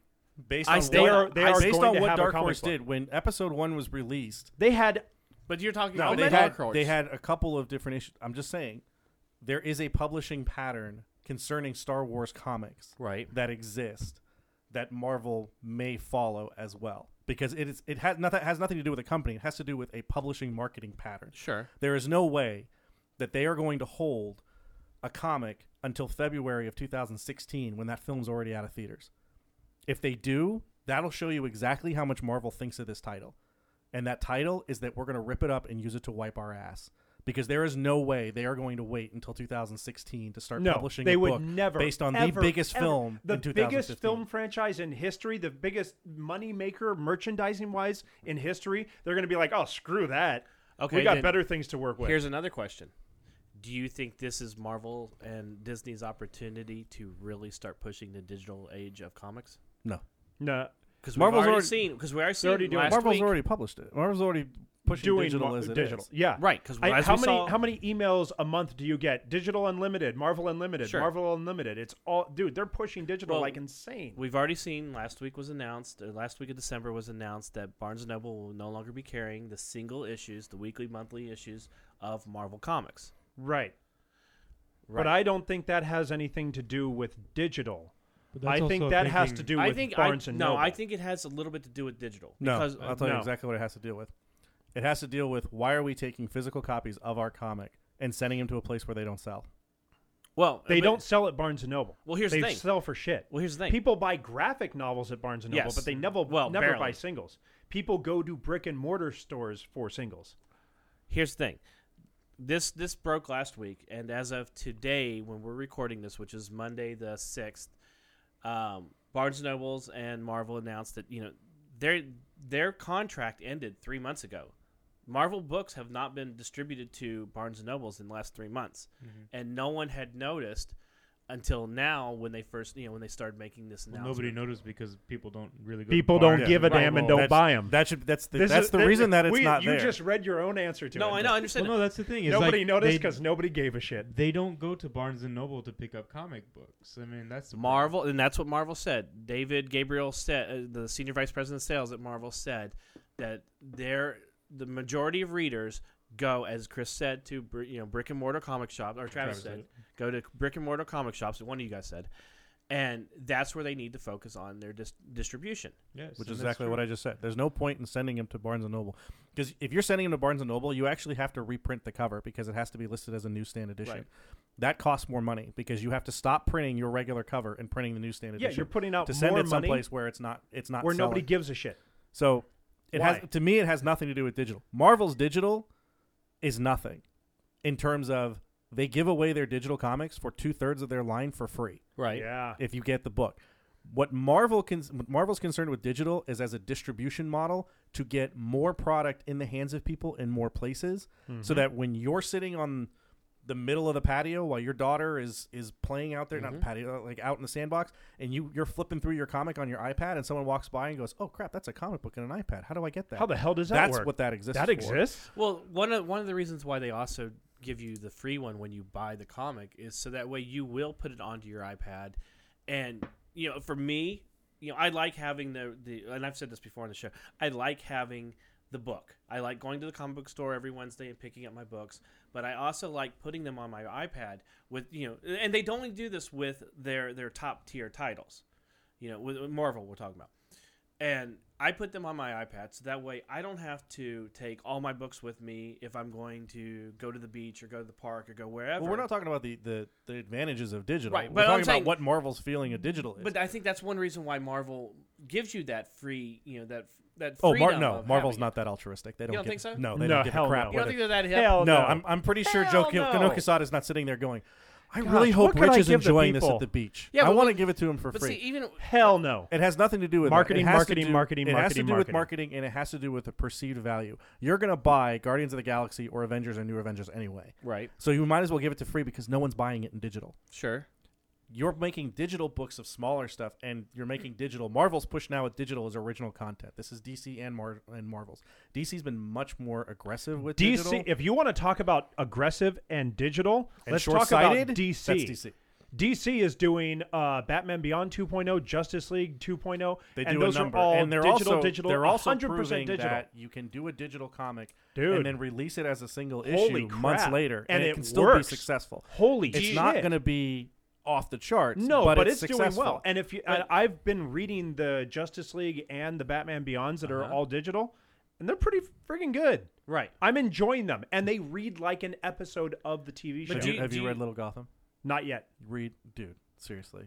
Speaker 5: based
Speaker 1: I
Speaker 5: on
Speaker 1: stay- They
Speaker 5: what,
Speaker 1: are-
Speaker 6: they are
Speaker 5: based
Speaker 6: going
Speaker 5: on
Speaker 6: to
Speaker 5: what
Speaker 6: have a
Speaker 5: Dark
Speaker 6: comic
Speaker 5: Horse
Speaker 6: book.
Speaker 5: did when episode 1 was released.
Speaker 6: They had
Speaker 1: But you're talking
Speaker 5: No,
Speaker 1: about
Speaker 5: they
Speaker 1: Dark
Speaker 5: had,
Speaker 1: Horse.
Speaker 5: they had a couple of different issues. I'm just saying there is a publishing pattern concerning Star Wars comics.
Speaker 1: right.
Speaker 5: that exist that Marvel may follow as well. Because it is it has nothing has nothing to do with a company. It has to do with a publishing marketing pattern.
Speaker 1: Sure.
Speaker 5: There is no way that they are going to hold a comic until February of 2016 when that film's already out of theaters. If they do, that'll show you exactly how much Marvel thinks of this title. And that title is that we're going to rip it up and use it to wipe our ass. Because there is no way they are going to wait until 2016 to start
Speaker 6: no,
Speaker 5: publishing
Speaker 6: they
Speaker 5: a
Speaker 6: would
Speaker 5: book
Speaker 6: never
Speaker 5: based on
Speaker 6: ever,
Speaker 5: the biggest
Speaker 6: ever-
Speaker 5: film
Speaker 6: the
Speaker 5: in 2015.
Speaker 6: biggest film franchise in history, the biggest money maker merchandising wise in history. They're going to be like, oh, screw that.
Speaker 1: Okay,
Speaker 6: we got
Speaker 1: then
Speaker 6: better things to work with.
Speaker 1: Here's another question. Do you think this is Marvel and Disney's opportunity to really start pushing the digital age of comics?
Speaker 5: No.
Speaker 6: no,
Speaker 1: Because we've
Speaker 5: Marvel's
Speaker 1: already,
Speaker 5: already-
Speaker 1: seen. Because we already seen
Speaker 6: already doing-
Speaker 1: last
Speaker 5: Marvel's
Speaker 1: week.
Speaker 5: already published it. Marvel's already pushing
Speaker 6: doing
Speaker 5: digital
Speaker 6: mo-
Speaker 5: as it
Speaker 6: digital.
Speaker 5: is.
Speaker 6: Yeah,
Speaker 1: Right, 'cause
Speaker 6: I-
Speaker 1: as
Speaker 6: how
Speaker 1: we
Speaker 6: many
Speaker 1: saw-
Speaker 6: how many emails a month do you get? Digital Unlimited, Marvel Unlimited,
Speaker 1: Sure.
Speaker 6: Marvel Unlimited. It's all dude. They're pushing digital
Speaker 1: Well,
Speaker 6: like insane.
Speaker 1: We've already seen. Last week was announced. uh, last week of December was announced that Barnes and Noble will no longer be carrying the single issues, the weekly, monthly issues of Marvel comics.
Speaker 6: right. But I don't think that has anything to do with digital.
Speaker 7: But
Speaker 6: I
Speaker 7: that's
Speaker 6: think
Speaker 7: also
Speaker 6: that has to
Speaker 7: thinking-
Speaker 6: do
Speaker 1: I
Speaker 6: with
Speaker 1: think
Speaker 6: Barnes
Speaker 1: I,
Speaker 6: and
Speaker 1: no,
Speaker 6: Noble.
Speaker 1: I think it has a little bit to do with digital.
Speaker 5: No,
Speaker 1: because, um,
Speaker 5: I'll tell
Speaker 6: no.
Speaker 5: you exactly what it has to deal with. It has to deal with why are we taking physical copies of our comic and sending them to a place where they don't sell?
Speaker 1: well,
Speaker 6: They
Speaker 1: but-
Speaker 6: don't sell at Barnes and Noble.
Speaker 1: Well, here's
Speaker 6: they
Speaker 1: the thing.
Speaker 6: sell for shit.
Speaker 1: Well, here's the thing.
Speaker 6: People buy graphic novels at Barnes and Noble,
Speaker 1: Yes.
Speaker 6: but they never
Speaker 1: Well,
Speaker 6: never
Speaker 1: barely.
Speaker 6: buy singles. People go to brick and mortar stores for singles.
Speaker 1: here's the thing this this broke last week and as of today when we're recording this which is monday the 6th um, barnes and nobles and marvel announced that you know their their contract ended three months ago marvel books have not been distributed to barnes and nobles in the last three months
Speaker 7: Mm-hmm.
Speaker 1: and no one had noticed until now when they first you know when they started making this
Speaker 7: Well,
Speaker 1: announcement
Speaker 7: nobody noticed because people don't really go.
Speaker 6: People
Speaker 7: to Barnes
Speaker 6: don't give a
Speaker 7: Noble.
Speaker 6: damn and don't
Speaker 5: That's-
Speaker 6: buy 'em.
Speaker 5: That should that's the,
Speaker 6: This
Speaker 5: that's
Speaker 6: is-
Speaker 5: the
Speaker 6: th-
Speaker 5: reason that it's
Speaker 6: we-
Speaker 5: not
Speaker 6: you
Speaker 5: there.
Speaker 6: just read your own answer to it.
Speaker 1: no i know i understand
Speaker 7: Well, no,
Speaker 1: that.
Speaker 7: that's the thing. Is
Speaker 6: Nobody
Speaker 7: like,
Speaker 6: noticed
Speaker 7: they-
Speaker 6: because nobody gave a shit.
Speaker 7: they don't go to Barnes and Noble to pick up comic books. I mean, that's the problem.
Speaker 1: Marvel, and that's what Marvel said. David Gabriel said, uh, the senior vice president of sales at Marvel said that their the majority of readers go, as Chris said, to br- you know brick and mortar comic shops, or Travis, said,
Speaker 7: Travis said it.
Speaker 1: go to brick and mortar comic shops. One of you guys said, and that's where they need to focus on their dis- distribution.
Speaker 7: Yes,
Speaker 5: which
Speaker 7: and
Speaker 5: is
Speaker 7: that's
Speaker 5: exactly
Speaker 7: true.
Speaker 5: what I just said. There's no point in sending him to Barnes and Noble because if you're sending him to Barnes and Noble, you actually have to reprint the cover because it has to be listed as a newsstand edition.
Speaker 1: Right.
Speaker 5: That costs more money because you have to stop printing your regular cover and printing the newsstand
Speaker 6: Yeah,
Speaker 5: edition.
Speaker 6: you're putting out
Speaker 5: to send
Speaker 6: more
Speaker 5: it
Speaker 6: money
Speaker 5: someplace where it's not it's not
Speaker 6: where
Speaker 5: selling.
Speaker 6: nobody gives a shit.
Speaker 5: So it
Speaker 6: Why?
Speaker 5: has to me it has nothing to do with digital. Marvel's digital is nothing in terms of they give away their digital comics for two thirds of their line for free
Speaker 1: Right.
Speaker 6: Yeah.
Speaker 5: if you get the book. What Marvel can what Marvel's concerned with digital is as a distribution model to get more product in the hands of people in more places,
Speaker 6: Mm-hmm.
Speaker 5: so that when you're sitting on the middle of the patio while your daughter is is playing out there,
Speaker 6: Mm-hmm.
Speaker 5: not the patio, like out in the sandbox, and you you're flipping through your comic on your iPad, and someone walks by and goes, "Oh crap, that's a comic book and an iPad. How do I get that?
Speaker 6: How the hell does that
Speaker 5: That's
Speaker 6: work?
Speaker 5: what that exists.
Speaker 6: That
Speaker 5: for.
Speaker 6: exists?
Speaker 1: Well, one of one of the reasons why they also give you the free one when you buy the comic is so that way you will put it onto your iPad, and you know, for me, you know, I like having the the, and I've said this before on the show, I like having the book. I like going to the comic book store every Wednesday and picking up my books, but I also like putting them on my iPad with you know, and they don't only do this with their their top tier titles, you know, with with Marvel we're talking about and I put them on my iPad so that way I don't have to take all my books with me if I'm going to go to the beach or go to the park or go wherever.
Speaker 5: Well, we're not talking about the, the, the advantages of digital.
Speaker 1: Right,
Speaker 5: we're
Speaker 1: but I'm
Speaker 5: talking
Speaker 1: saying-
Speaker 5: about what Marvel's feeling of digital is.
Speaker 1: But I think that's one reason why Marvel gives you that free, you know, that that.
Speaker 5: oh, Mar-
Speaker 1: freedom
Speaker 5: no,
Speaker 1: of
Speaker 5: Marvel's
Speaker 1: having
Speaker 5: not that altruistic. They don't,
Speaker 1: don't
Speaker 5: give-
Speaker 1: think so?
Speaker 5: No, they
Speaker 6: No,
Speaker 5: don't give
Speaker 6: hell
Speaker 5: a crap.
Speaker 6: no.
Speaker 1: It. You don't
Speaker 5: whether-
Speaker 1: think they're that hip?
Speaker 6: Hell
Speaker 5: no,
Speaker 6: no.
Speaker 5: I'm, I'm pretty sure Joe
Speaker 1: Hell
Speaker 5: Kino
Speaker 1: no.
Speaker 5: Kisada's not sitting there going, I
Speaker 6: Gosh,
Speaker 5: really
Speaker 6: what
Speaker 5: hope
Speaker 6: could
Speaker 5: Rich
Speaker 6: I
Speaker 5: is
Speaker 6: give the
Speaker 5: enjoying this
Speaker 6: people?"
Speaker 5: at the beach.
Speaker 1: Yeah,
Speaker 5: I
Speaker 1: but
Speaker 5: want to
Speaker 1: look-
Speaker 5: give it to him for
Speaker 1: But
Speaker 5: free.
Speaker 1: see, even
Speaker 6: Hell no.
Speaker 5: It has nothing to do with
Speaker 6: Marketing,
Speaker 5: that. It has
Speaker 6: marketing,
Speaker 5: to do,
Speaker 6: marketing,
Speaker 5: It has to
Speaker 6: marketing,
Speaker 5: do with
Speaker 6: marketing.
Speaker 5: marketing, and it has to do with a perceived value. You're gonna buy Guardians of the Galaxy or Avengers or New Avengers anyway,
Speaker 1: right,
Speaker 5: so you might as well give it to free because no one's buying it in digital.
Speaker 1: sure,
Speaker 5: You're making digital books of smaller stuff, and you're making digital. Marvel's push now with digital is original content. This is DC and Mar- and Marvel's. DC's been much more aggressive with
Speaker 6: DC.
Speaker 5: digital
Speaker 6: If you want to talk about aggressive and digital,
Speaker 5: and
Speaker 6: let's talk about
Speaker 5: short-sighted.
Speaker 6: DC.
Speaker 5: That's DC.
Speaker 6: DC is doing uh, Batman Beyond 2.0, Justice League 2.0.
Speaker 5: They
Speaker 6: and
Speaker 5: do
Speaker 6: those
Speaker 5: a number,
Speaker 6: are all
Speaker 5: and they're
Speaker 6: digital,
Speaker 5: also
Speaker 6: digital,
Speaker 5: they're also
Speaker 6: 100%
Speaker 5: proving
Speaker 6: digital.
Speaker 5: that you can do a digital comic
Speaker 6: Dude.
Speaker 5: and then release it as a single
Speaker 6: Holy
Speaker 5: issue months
Speaker 6: crap.
Speaker 5: later,
Speaker 6: And
Speaker 5: it,
Speaker 6: it
Speaker 5: can still
Speaker 6: works.
Speaker 5: be successful.
Speaker 6: Holy
Speaker 5: it's
Speaker 6: shit.
Speaker 5: not going to be off the charts.
Speaker 6: No,
Speaker 5: but,
Speaker 6: but, it's, doing
Speaker 5: successful.
Speaker 6: well. And if you, and I've been reading the Justice League and the Batman Beyonds that
Speaker 5: Uh-huh.
Speaker 6: are all digital, and they're pretty friggin' good.
Speaker 1: right.
Speaker 6: I'm enjoying them, and they read like an episode of the TV show.
Speaker 1: But
Speaker 5: have
Speaker 1: do
Speaker 5: you,
Speaker 1: you-
Speaker 5: have
Speaker 1: do
Speaker 5: you
Speaker 1: you-
Speaker 5: read Little Gotham?
Speaker 6: not yet.
Speaker 5: Read, dude, seriously.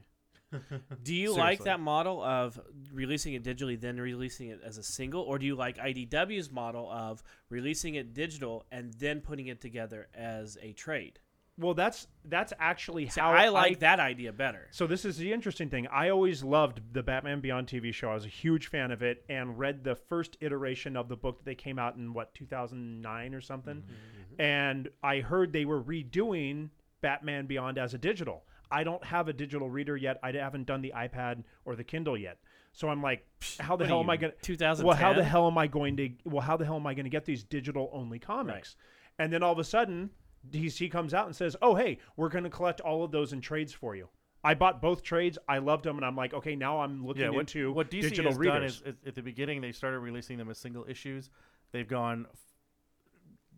Speaker 1: Do you like
Speaker 5: Seriously.
Speaker 1: that model of releasing it digitally, then releasing it as a single, or do you like IDW's model of releasing it digital and then putting it together as a trade?
Speaker 6: Well, that's that's actually
Speaker 1: See,
Speaker 6: how
Speaker 1: I like
Speaker 6: that.
Speaker 1: that idea better.
Speaker 6: So this is the interesting thing. I always loved the Batman Beyond TV show. I was a huge fan of it and read the first iteration of the book that they came out in what 2009 or something.
Speaker 1: Mm-hmm,
Speaker 6: And I heard they were redoing Batman Beyond as a digital. I don't have a digital reader yet. I haven't done the iPad or the Kindle yet. So I'm like, how the
Speaker 1: what
Speaker 6: hell
Speaker 1: are
Speaker 6: am I
Speaker 1: you,
Speaker 6: going to
Speaker 1: 2010?
Speaker 6: Well, how the hell am I going to well, how the hell am I going to get these digital only comics? And then all of a sudden, DC comes out and says, "Oh, hey, we're going to collect all of those in trades for you." I bought both trades. I loved them, and I'm like, okay, now I'm looking
Speaker 5: what,
Speaker 6: into
Speaker 5: what DC
Speaker 6: digital
Speaker 5: has
Speaker 6: readers.
Speaker 5: done is, is at the beginning they started releasing them as single issues. They've gone f-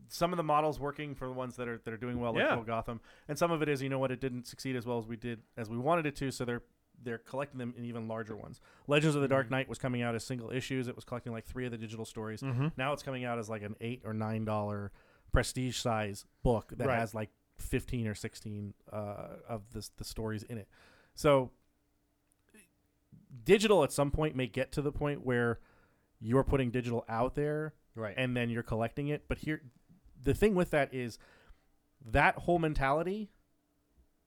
Speaker 5: some of the models working for the ones that are that are doing well, like
Speaker 6: Yeah.
Speaker 5: Little Gotham, and some of it is you know what it didn't succeed as well as we did as we wanted it to, so they're they're collecting them in even larger ones. Legends of the
Speaker 6: Mm.
Speaker 5: Dark Knight was coming out as single issues. It was collecting like three of the digital stories.
Speaker 6: Mm-hmm.
Speaker 5: Now it's coming out as like an eight or nine dollar prestige size book that
Speaker 6: Right.
Speaker 5: has like fifteen or sixteen uh, of the the stories in it. So digital at some point may get to the point where you're putting digital out there
Speaker 1: Right.
Speaker 5: and then you're collecting it but here the thing with that is that whole mentality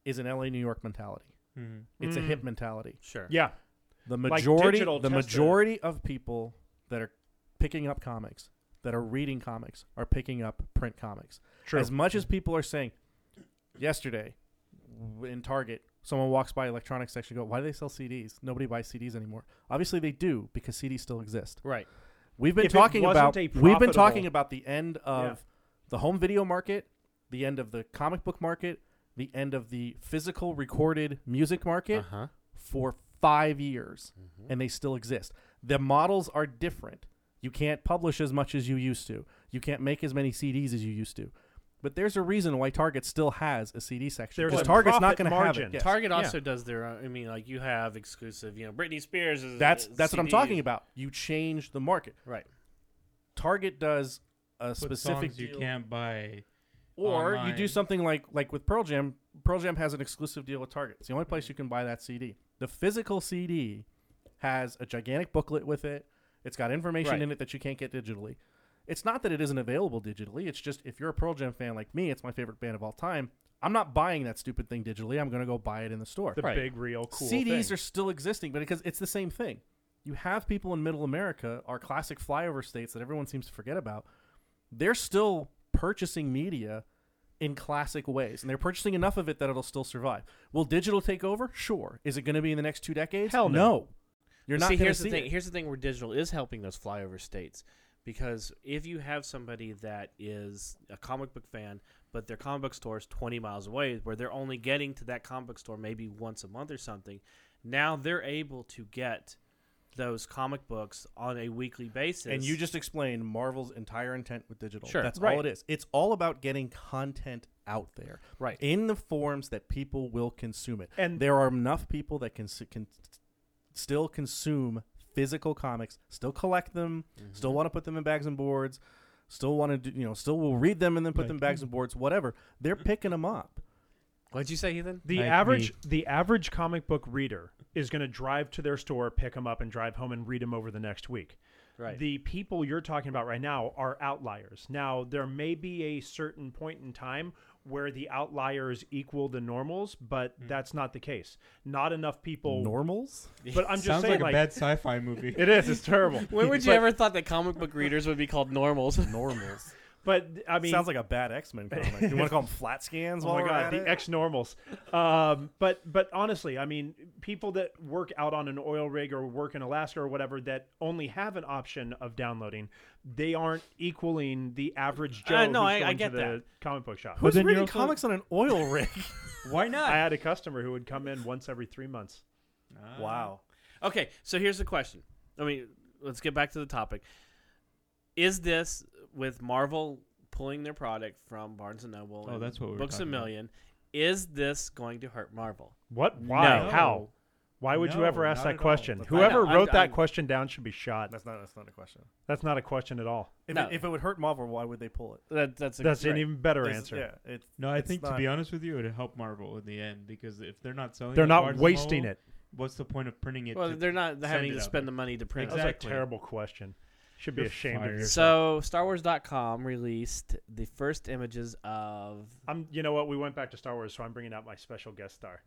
Speaker 5: is an LA New York mentality
Speaker 7: Mm-hmm.
Speaker 5: it's a hip mentality
Speaker 1: Sure.
Speaker 6: yeah,
Speaker 5: the
Speaker 6: Like
Speaker 5: majority
Speaker 6: digital
Speaker 5: the
Speaker 6: tested.
Speaker 5: majority of people that are picking up comics that are reading comics are picking up print comics
Speaker 6: True.
Speaker 5: as much as people are saying yesterday w- in Target, someone walks by electronics section, go, why do they sell CDs? Nobody buys CDs anymore. Obviously, they do because CDs still exist.
Speaker 1: Right.
Speaker 5: We've been
Speaker 6: If it
Speaker 5: talking
Speaker 6: wasn't
Speaker 5: about
Speaker 6: a
Speaker 5: we've been
Speaker 6: profitable-
Speaker 5: talking about the end of
Speaker 6: Yeah.
Speaker 5: the home video market, the end of the comic book market, the end of the physical recorded music market
Speaker 1: Uh-huh.
Speaker 5: for five years,
Speaker 1: Mm-hmm.
Speaker 5: and they still exist. The models are different. You can't publish as much as you used to. You can't make as many CDs as you used to. But there's a reason why Target still has a CD section.
Speaker 6: There's
Speaker 5: Because
Speaker 6: a
Speaker 5: Target's not
Speaker 6: profit
Speaker 5: going to have it.
Speaker 6: margin.
Speaker 5: Yes.
Speaker 1: Target
Speaker 6: Yeah.
Speaker 1: also does their own. I mean, like you have exclusive. You know, Britney Spears is
Speaker 5: That's
Speaker 1: is
Speaker 5: that's what I'm
Speaker 1: CDs.
Speaker 5: talking about. You change the market.
Speaker 1: Right.
Speaker 5: Target does a
Speaker 7: What
Speaker 5: specific
Speaker 7: songs you
Speaker 5: deal.
Speaker 7: can't buy.
Speaker 5: or you do
Speaker 7: online.
Speaker 5: something like like with Pearl Jam. Pearl Jam has an exclusive deal with Target. It's the only place you can buy that CD. The physical CD has a gigantic booklet with it. It's got information
Speaker 1: Right.
Speaker 5: in it that you can't get digitally. It's not that it isn't available digitally. It's just if you're a Pearl Jam fan like me, it's my favorite band of all time. I'm not buying that stupid thing digitally. I'm going to go buy it in the store.
Speaker 6: the big, real, cool
Speaker 5: CDs
Speaker 6: thing.
Speaker 5: are still existing, but because it's the same thing. You have people in Middle America, our classic flyover states that everyone seems to forget about. They're still purchasing media in classic ways, and they're purchasing enough of it that it'll still survive. Will digital take over? Sure. Is it going to be in the next two decades?
Speaker 6: Hell no.
Speaker 5: You're
Speaker 1: But
Speaker 5: not
Speaker 1: see,
Speaker 5: going to
Speaker 1: here's
Speaker 5: see
Speaker 1: the thing.
Speaker 5: it.
Speaker 1: Here's the thing where digital is helping those flyover states because if you have somebody that is a comic book fan, but their comic book store is 20 miles away, where they're only getting to that comic book store maybe once a month or something, now they're able to get those comic books on a weekly basis.
Speaker 5: And you just explained Marvel's entire intent with digital.
Speaker 1: Sure.
Speaker 5: That's
Speaker 6: Right.
Speaker 5: all it is. It's all about getting content out there.
Speaker 1: Right.
Speaker 5: In the forms that people will consume it.
Speaker 6: And-
Speaker 5: there are enough people that can, s- can still consume physical comics, still collect them, still want to put them in bags and boards, still want to do, you know, still will read them and then put
Speaker 7: Like
Speaker 5: them in bags and boards, whatever. They're picking them up.
Speaker 1: What'd you say, Ethan?
Speaker 6: The
Speaker 7: Like
Speaker 6: average the average comic book reader is going to drive to their store, pick them up, and drive home and read them over the next week.
Speaker 1: Right.
Speaker 6: The people you're talking about right now are outliers. Now there may be a certain point in time where the outliers equal the normals, but
Speaker 7: Hmm.
Speaker 6: that's not the case. Not enough people.
Speaker 5: Normals?
Speaker 6: but I'm just
Speaker 7: Sounds
Speaker 6: saying,
Speaker 7: like a bad sci-fi movie.
Speaker 6: it is. It's terrible.
Speaker 1: When would you
Speaker 6: But-
Speaker 1: ever thought that comic book readers would be called normals? Normals.
Speaker 6: But I mean,
Speaker 5: Sounds like a bad X Men comic. you want to call them flat scans?
Speaker 6: Oh my god, the ex normals. Um, but but honestly, I mean, people that work out on an oil rig or work in Alaska or whatever that only have an option of downloading, they aren't equaling the average Joe
Speaker 1: Uh, no,
Speaker 6: who's
Speaker 1: I- I
Speaker 6: going
Speaker 1: get
Speaker 6: to the
Speaker 1: that.
Speaker 6: comic book shop.
Speaker 5: Who's
Speaker 7: then you're
Speaker 5: reading
Speaker 7: also-
Speaker 5: comics on an oil rig?
Speaker 7: Why
Speaker 6: I
Speaker 7: not?
Speaker 6: had a customer who would come in once every three months.
Speaker 1: Ah.
Speaker 5: wow.
Speaker 1: Okay, so here's the question. I mean, let's get back to the topic. Is this with Marvel pulling their product from Barnes and Noble?
Speaker 7: Oh,
Speaker 1: and
Speaker 7: that's what we were
Speaker 1: Books a
Speaker 7: talking about.
Speaker 1: Million. Is this going to hurt Marvel?
Speaker 6: What? Why?
Speaker 1: No.
Speaker 6: How? Why would you
Speaker 7: No,
Speaker 6: ever ask
Speaker 7: not
Speaker 6: that
Speaker 7: at all.
Speaker 6: question?
Speaker 7: That's-
Speaker 6: Whoever
Speaker 1: I know,
Speaker 6: wrote
Speaker 1: I'm-
Speaker 6: that
Speaker 1: I'm-
Speaker 6: question down should be shot.
Speaker 5: That's not that's not a question.
Speaker 6: That's not a question at all.
Speaker 5: If,
Speaker 1: No.
Speaker 5: it, if it would hurt Marvel, why would they pull it?
Speaker 1: That, that's a,
Speaker 6: That's an
Speaker 1: right.
Speaker 6: even better
Speaker 5: There's-
Speaker 6: answer.
Speaker 5: Yeah, it's,
Speaker 7: No, I
Speaker 5: it's
Speaker 7: think to
Speaker 5: not-
Speaker 7: be honest with you, it would help Marvel in the end because if they're not selling,
Speaker 6: They're
Speaker 7: it,
Speaker 6: not
Speaker 7: Barnes and
Speaker 6: wasting
Speaker 7: Noble,
Speaker 6: it.
Speaker 7: What's the point of printing it?
Speaker 1: Well,
Speaker 7: to-
Speaker 1: they're not
Speaker 7: send
Speaker 1: having
Speaker 7: it
Speaker 1: to
Speaker 7: out
Speaker 1: spend
Speaker 7: there?
Speaker 1: the money to print. it.
Speaker 6: That was a
Speaker 7: Exactly.
Speaker 6: terrible question. Should be
Speaker 7: You're
Speaker 6: ashamed of
Speaker 7: fired.
Speaker 6: yourself.
Speaker 1: So, StarWars.com released the first images of.
Speaker 6: I'm. You know what? We went back to Star Wars, so I'm bringing out my special guest star.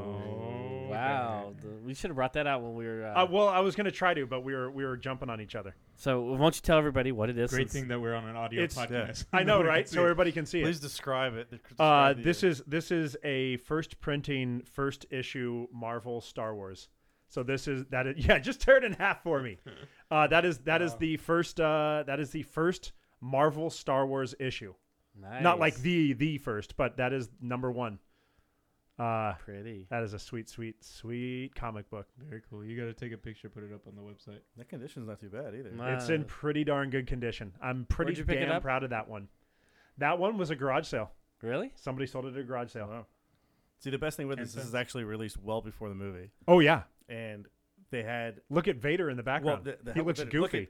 Speaker 7: Oh,
Speaker 1: wow, the- we should have brought that out when we were. Uh,
Speaker 6: Uh, well, I was gonna try to, but we were we were jumping on each other.
Speaker 1: so, won't you tell everybody what it is?
Speaker 7: Great
Speaker 1: since-
Speaker 7: thing that we're on an audio
Speaker 6: It's-
Speaker 7: podcast.
Speaker 6: I know,
Speaker 7: Nobody can
Speaker 6: right?
Speaker 7: see
Speaker 6: So
Speaker 7: it.
Speaker 6: everybody can see
Speaker 5: Please
Speaker 6: it.
Speaker 5: describe it.
Speaker 6: Uh, this is this is a first printing, first issue Marvel Star Wars. So this is that. Is, yeah, just tear it in half for me. Uh, that is that is the first uh, that is the first Marvel Star Wars issue. Not like
Speaker 1: Nice.
Speaker 6: the the first, but that is number one. Uh,
Speaker 1: Pretty.
Speaker 6: that is a sweet, sweet, sweet comic book.
Speaker 7: Very cool. You got to take a picture, put it up on the website.
Speaker 5: The condition's not too bad either.
Speaker 6: It's in pretty darn good condition. I'm pretty
Speaker 1: you pick it
Speaker 6: damn
Speaker 1: up?
Speaker 6: proud of that one. That one was a garage sale.
Speaker 1: Really?
Speaker 6: Somebody sold it at a garage sale.
Speaker 5: Wow. See, the best thing with
Speaker 7: Ten
Speaker 5: this, this
Speaker 7: cents.
Speaker 5: is actually released well before the movie,
Speaker 6: Oh yeah,
Speaker 5: and they had
Speaker 6: look at Vader in the background.
Speaker 5: the- the
Speaker 6: he
Speaker 5: helmet
Speaker 6: looks
Speaker 5: Vader-
Speaker 6: goofy.
Speaker 5: look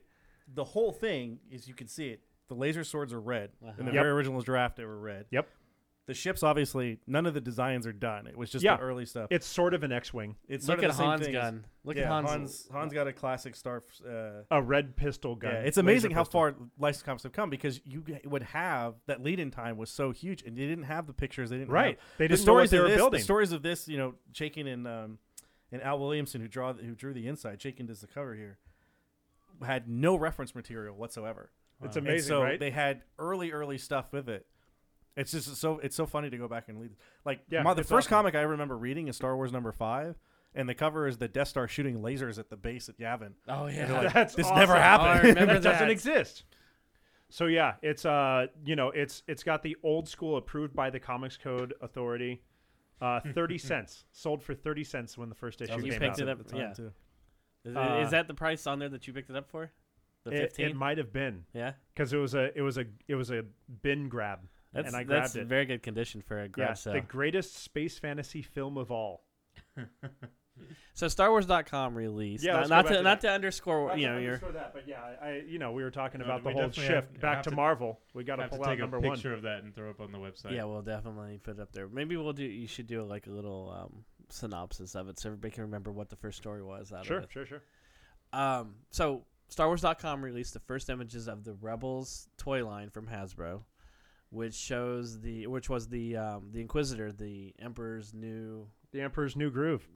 Speaker 5: at- the whole thing is you can see it. The laser swords are red. In the
Speaker 6: Uh-huh. Yep.
Speaker 5: very original draft, they were red.
Speaker 6: Yep.
Speaker 5: The ships, obviously, none of the designs are done. It was just
Speaker 6: Yeah.
Speaker 5: the early stuff.
Speaker 6: It's sort of an X-wing,
Speaker 5: it's sort
Speaker 1: Look
Speaker 5: of
Speaker 1: at
Speaker 5: the same
Speaker 1: Han's
Speaker 5: thing as-
Speaker 1: gun. Look at
Speaker 5: yeah,
Speaker 1: Han's.
Speaker 5: Hans. Hans got a classic star. Uh,
Speaker 6: a red pistol gun.
Speaker 5: yeah, it's
Speaker 6: laser
Speaker 5: amazing how
Speaker 6: pistol.
Speaker 5: far licensed comics have come because you g- would have that lead in time was so huge, and they didn't have the pictures. They didn't
Speaker 6: Right.
Speaker 5: Have,
Speaker 6: They
Speaker 5: the
Speaker 6: didn't know what
Speaker 5: stories
Speaker 6: they
Speaker 5: of
Speaker 6: were
Speaker 5: this,
Speaker 6: building.
Speaker 5: The stories of this, you know, Chaikin and um, and Al Williamson who draw who drew the inside. Chaikin does the cover here. Had no reference material whatsoever.
Speaker 6: It's
Speaker 5: And
Speaker 6: amazing,
Speaker 5: so
Speaker 6: right?
Speaker 5: they had early, early stuff with it. It's just so it's so funny to go back and read. Like
Speaker 6: Yeah,
Speaker 5: my, the
Speaker 6: it's
Speaker 5: first
Speaker 6: awesome.
Speaker 5: comic I remember reading is Star Wars number five, and the cover is the Death Star shooting lasers at the base at Yavin.
Speaker 1: oh yeah.
Speaker 6: That's
Speaker 5: this
Speaker 6: awesome.
Speaker 5: never happened.
Speaker 1: Oh, I remember
Speaker 6: That doesn't
Speaker 1: that.
Speaker 6: exist. So yeah, it's uh, you know, it's it's got the old school approved by the Comics Code Authority. Uh, thirty cents sold for thirty cents when the first issue
Speaker 1: was
Speaker 6: came out.
Speaker 1: expensive. it up,
Speaker 5: At the time,
Speaker 1: yeah.
Speaker 5: too.
Speaker 1: Is,
Speaker 6: Uh,
Speaker 1: is that the price on there that you picked it up for? The
Speaker 6: It,
Speaker 1: fifteen.
Speaker 6: it might have been
Speaker 1: yeah,
Speaker 6: because it was a it was a it was a bin grab,
Speaker 1: that's
Speaker 6: and I grabbed
Speaker 1: that's
Speaker 6: it.
Speaker 1: very good condition for a garage
Speaker 6: yeah,
Speaker 1: sale.
Speaker 6: the greatest space fantasy film of all.
Speaker 1: so StarWars.com released.
Speaker 6: Yeah,
Speaker 1: not,
Speaker 6: let's go
Speaker 1: not
Speaker 6: back
Speaker 1: to,
Speaker 6: to
Speaker 1: not
Speaker 6: that.
Speaker 1: to underscore you know your.
Speaker 6: underscore that, but yeah, I you know we were talking
Speaker 7: No,
Speaker 6: about the
Speaker 7: we
Speaker 6: whole
Speaker 7: definitely have-
Speaker 6: shift
Speaker 7: have
Speaker 6: back to,
Speaker 7: to-
Speaker 6: Marvel. We got
Speaker 7: I
Speaker 6: to
Speaker 7: have to
Speaker 6: pull out
Speaker 7: take a
Speaker 6: number one.
Speaker 7: picture of that and throw up on the website.
Speaker 1: Yeah, we'll definitely put it up there. Maybe we'll do. You should do like a little um, synopsis of it so everybody can remember what the first story was out
Speaker 6: Sure,
Speaker 1: of it.
Speaker 6: sure, sure.
Speaker 1: Um, so StarWars.com released the first images of the Rebels toy line from Hasbro, which shows the which was the um, the Inquisitor, the Emperor's new.
Speaker 6: The Emperor's New Groove.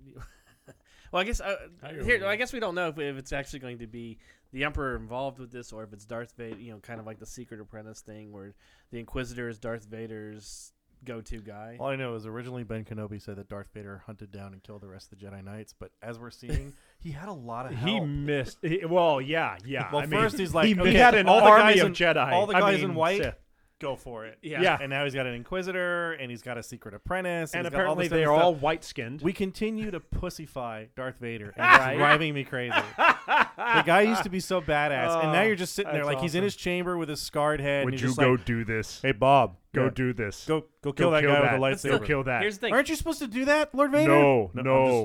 Speaker 1: Well, I guess uh,
Speaker 7: I
Speaker 1: here
Speaker 7: remember.
Speaker 1: I guess we don't know if, if it's actually going to be the Emperor involved with this or if it's Darth Vader. You know, kind of like the Secret Apprentice thing, where the Inquisitor is Darth Vader's go-to guy.
Speaker 5: All I know is originally Ben Kenobi said that Darth Vader hunted down and killed the rest of the Jedi Knights, but as we're seeing, he had a lot of
Speaker 6: He
Speaker 5: help.
Speaker 6: missed. He, well, yeah, yeah.
Speaker 5: well,
Speaker 6: I mean,
Speaker 5: first he's like,
Speaker 6: he
Speaker 5: okay,
Speaker 6: had an
Speaker 5: all the
Speaker 6: army
Speaker 5: guys
Speaker 6: of
Speaker 5: in,
Speaker 6: Jedi.
Speaker 5: all the
Speaker 6: I
Speaker 5: guys
Speaker 6: mean,
Speaker 5: in white,
Speaker 6: Sith.
Speaker 5: go for it.
Speaker 1: Yeah.
Speaker 6: Yeah.
Speaker 5: and now he's got an Inquisitor, and he's got a Secret Apprentice,
Speaker 6: and
Speaker 5: he's got all
Speaker 6: apparently
Speaker 5: this other
Speaker 6: they are
Speaker 5: stuff.
Speaker 6: all white skinned.
Speaker 5: We continue to pussyfy Darth Vader, and it's driving me crazy. the guy used to be so badass, and now
Speaker 6: Oh,
Speaker 5: you're just sitting there
Speaker 6: that's
Speaker 5: like he's in
Speaker 6: awesome.
Speaker 5: his chamber with his scarred head. and you're just like,
Speaker 6: do this?
Speaker 5: Hey Bob,
Speaker 6: Go
Speaker 5: yeah,
Speaker 6: do this.
Speaker 5: go go kill that guy with a
Speaker 1: Let's
Speaker 5: lightsaber.
Speaker 1: go
Speaker 6: kill that.
Speaker 1: Here's the thing.
Speaker 5: Aren't you supposed to do that, Lord Vader?
Speaker 6: No,
Speaker 5: I'm
Speaker 6: no,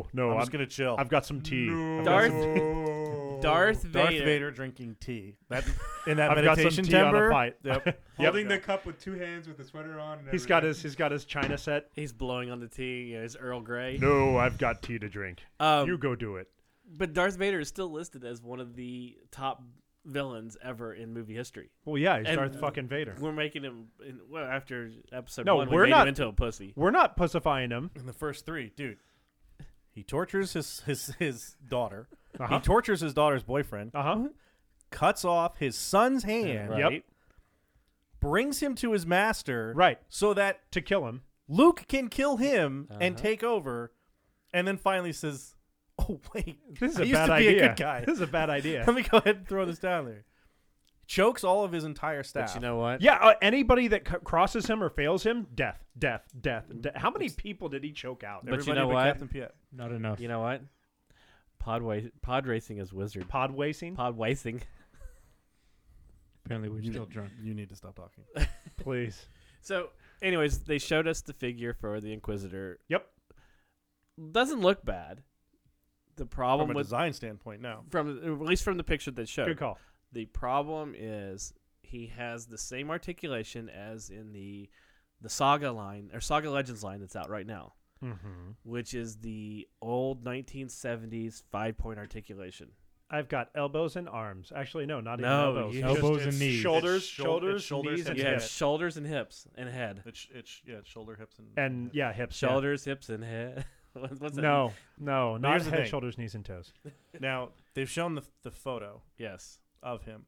Speaker 5: just,
Speaker 6: no,
Speaker 5: I'm,
Speaker 6: I'm-
Speaker 5: just gonna chill.
Speaker 6: I've got some tea.
Speaker 1: Darth- Darth
Speaker 5: Darth
Speaker 1: Vader.
Speaker 5: Vader, drinking tea. That in that
Speaker 6: I've got some
Speaker 5: meditation
Speaker 6: tea on a
Speaker 5: temper.
Speaker 6: fight.
Speaker 5: Yep.
Speaker 7: Holding the cup with two hands with the sweater on. And
Speaker 6: He's got
Speaker 7: everything.
Speaker 6: his he's got his china set.
Speaker 1: He's blowing on the tea. You know, it's Earl Grey.
Speaker 6: No, I've got tea to drink.
Speaker 1: Um,
Speaker 6: you go do it.
Speaker 1: But Darth Vader is still listed as one of the top villains ever in movie history.
Speaker 6: Well, yeah, he's
Speaker 1: and-
Speaker 6: Darth fucking Vader.
Speaker 1: We're making him in, well after episode
Speaker 6: No,
Speaker 1: one. we
Speaker 6: we're
Speaker 1: made
Speaker 6: not-
Speaker 1: him into a pussy.
Speaker 6: We're not pussifying him.
Speaker 5: In the first three, dude, he tortures his his his daughter.
Speaker 6: Uh-huh.
Speaker 5: He tortures his daughter's boyfriend.
Speaker 6: Uh huh.
Speaker 5: Cuts off his son's hand.
Speaker 1: Right.
Speaker 6: Yep.
Speaker 5: Brings him to his master.
Speaker 6: Right.
Speaker 5: So that
Speaker 6: To kill him.
Speaker 5: Luke can kill him and take over, and then finally says, "Oh wait,
Speaker 6: This is
Speaker 5: I
Speaker 6: a
Speaker 5: used
Speaker 6: bad
Speaker 5: to
Speaker 6: idea.
Speaker 5: be a good guy.
Speaker 6: This is a bad idea.
Speaker 5: Let me go ahead and throw this down there." Chokes all of his entire staff.
Speaker 1: But you know what?
Speaker 6: yeah, uh, anybody that c- crosses him or fails him, death, death, death, death. How many people did he choke out?
Speaker 1: But you
Speaker 5: Everybody
Speaker 1: know what?
Speaker 5: Captain Piet.
Speaker 7: Not enough.
Speaker 1: You know what? Pod, wa- pod racing is wizard.
Speaker 6: Pod wasting,
Speaker 1: Pod racing.
Speaker 7: Apparently, we're still drunk.
Speaker 5: You need to stop talking.
Speaker 6: please.
Speaker 1: So, anyways, they showed us the figure for the Inquisitor.
Speaker 6: Yep.
Speaker 1: Doesn't look bad. The problem
Speaker 5: From a
Speaker 1: with
Speaker 5: design standpoint, no.
Speaker 1: from at least from the picture that showed.
Speaker 6: Good call.
Speaker 1: The problem is he has the same articulation as in the the saga line or saga legends line that's out right now,
Speaker 6: Mm-hmm.
Speaker 1: which is the old 1970s five point articulation.
Speaker 6: I've got elbows and arms. Actually, no, not even
Speaker 1: No,
Speaker 6: elbows.
Speaker 1: you
Speaker 6: It's
Speaker 7: Elbows
Speaker 6: just-
Speaker 7: and
Speaker 6: it's
Speaker 7: knees.
Speaker 6: Shoulders,
Speaker 5: It's shou-
Speaker 6: shoulders,
Speaker 5: it's shoulders
Speaker 6: knees, and
Speaker 5: and
Speaker 1: You have
Speaker 6: hips.
Speaker 1: shoulders and hips and head.
Speaker 5: It's it's yeah, it's shoulder, hips, and
Speaker 6: And yeah, hips. yeah.
Speaker 1: Shoulders, hips, and head. What's what's that?
Speaker 6: No, no, not
Speaker 5: here's the
Speaker 6: head,
Speaker 5: thing.
Speaker 6: shoulders, knees, and toes.
Speaker 5: Now they've shown the the photo
Speaker 1: Yes.
Speaker 5: of him.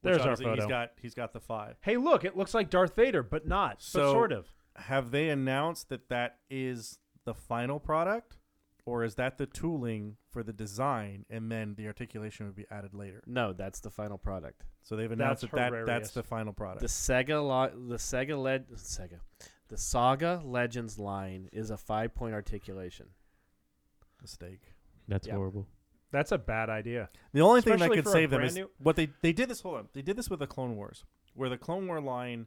Speaker 5: which
Speaker 6: There's our
Speaker 5: obviously
Speaker 6: photo.
Speaker 5: He's got he's got the five.
Speaker 6: hey, look, it looks like Darth Vader, but not. but
Speaker 5: So-
Speaker 6: sort of.
Speaker 5: Have they announced that that is the final product, or is that the tooling for the design, and then the articulation would be added later?
Speaker 1: No, that's the final product.
Speaker 5: So they've announced
Speaker 6: That's
Speaker 5: that, that
Speaker 6: horrendous.
Speaker 5: that's the final product.
Speaker 1: The Sega lo- the Sega led Sega. The Saga Legends line is a five point articulation.
Speaker 5: Mistake.
Speaker 7: That's
Speaker 1: Yeah.
Speaker 7: horrible.
Speaker 6: That's a bad idea.
Speaker 5: The only thing
Speaker 6: Especially
Speaker 5: that could
Speaker 6: for a
Speaker 5: save them
Speaker 6: brand
Speaker 5: is
Speaker 6: new-
Speaker 5: what they they did this. Hold on, they did this with the Clone Wars, where the Clone War line,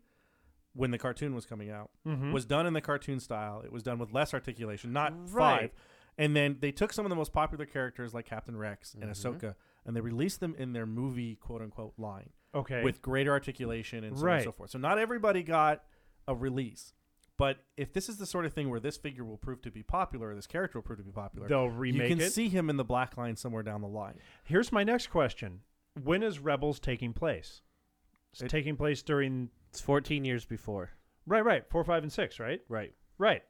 Speaker 5: when the cartoon was coming out,
Speaker 6: Mhm.
Speaker 5: was done in the cartoon style. It was done with less articulation, not five.
Speaker 6: Right.
Speaker 5: And then they took some of the most popular characters like Captain Rex
Speaker 6: Mm-hmm.
Speaker 5: and Ahsoka, and they released them in their movie quote unquote line
Speaker 6: Okay.
Speaker 5: with greater articulation and so on and so
Speaker 6: Right.
Speaker 5: forth. So not everybody got a release. But if this is the sort of thing where this figure will prove to be popular, this character will prove to be popular,
Speaker 6: They'll
Speaker 5: you
Speaker 6: remake
Speaker 5: can
Speaker 6: it.
Speaker 5: see him in the black line somewhere down the line.
Speaker 6: Here's my next question: When is Rebels taking place? It's
Speaker 5: It-
Speaker 6: taking place during
Speaker 1: It's fourteen years before.
Speaker 6: right, right, four, five, and six, right?
Speaker 1: Right.
Speaker 6: Right.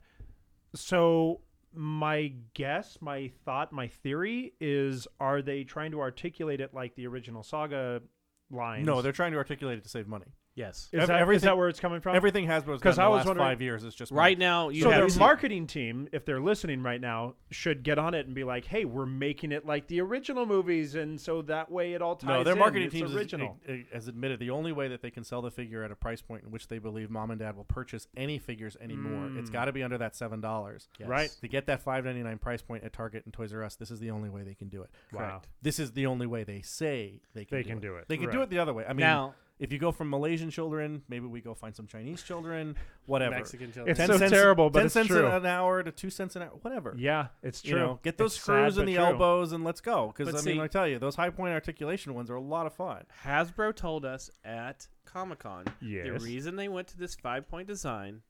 Speaker 6: So my guess, my thought, my theory is: Are they trying to articulate it like the original saga lines?
Speaker 5: No, they're trying to articulate it to save money.
Speaker 1: Yes.
Speaker 6: Is
Speaker 5: ev-
Speaker 6: that, is
Speaker 5: everything-
Speaker 6: that where it's coming from?
Speaker 5: Everything Hasbro's done
Speaker 6: 'Cause
Speaker 5: in the
Speaker 6: I was
Speaker 5: last
Speaker 6: wondering-
Speaker 5: five years is just
Speaker 1: Right
Speaker 5: money.
Speaker 1: now you
Speaker 6: so
Speaker 1: have
Speaker 6: their
Speaker 1: to-
Speaker 6: marketing team, if they're listening right now, should get on it and be like, "Hey, we're making it like the original movies, and so that way it all ties."
Speaker 5: No, their
Speaker 6: in.
Speaker 5: marketing
Speaker 6: It's
Speaker 5: team has,
Speaker 6: original.
Speaker 5: has admitted the only way that they can sell the figure at a price point in which they believe mom and dad will purchase any figures anymore. It's
Speaker 6: Hmm.
Speaker 5: got to be under that seven dollars,
Speaker 1: Yes.
Speaker 6: Right.
Speaker 5: To get that five ninety nine price point at Target and Toys R Us, this is the only way they can do it.
Speaker 6: Wow.
Speaker 5: This is the only way they say they can.
Speaker 6: They
Speaker 5: do
Speaker 6: can
Speaker 5: it.
Speaker 6: do it.
Speaker 5: They can do
Speaker 6: Right.
Speaker 5: it the other way. I mean,
Speaker 1: Now-
Speaker 5: if you go from Malaysian children, maybe we go find some Chinese children, whatever.
Speaker 1: Mexican children.
Speaker 6: It's so terrible, but
Speaker 5: ten
Speaker 6: it's
Speaker 5: cents
Speaker 6: true.
Speaker 5: an hour to two cents an hour, whatever.
Speaker 6: Yeah, it's true.
Speaker 5: You know, get those
Speaker 6: It's sad,
Speaker 5: screws in
Speaker 6: but
Speaker 5: the
Speaker 6: true.
Speaker 5: elbows and let's go. Because
Speaker 1: But
Speaker 5: I
Speaker 1: see-
Speaker 5: mean, I tell you, those high point articulation ones are a lot of fun.
Speaker 1: Hasbro told us at Comic Con the
Speaker 6: Yes.
Speaker 1: reason they went to this five point design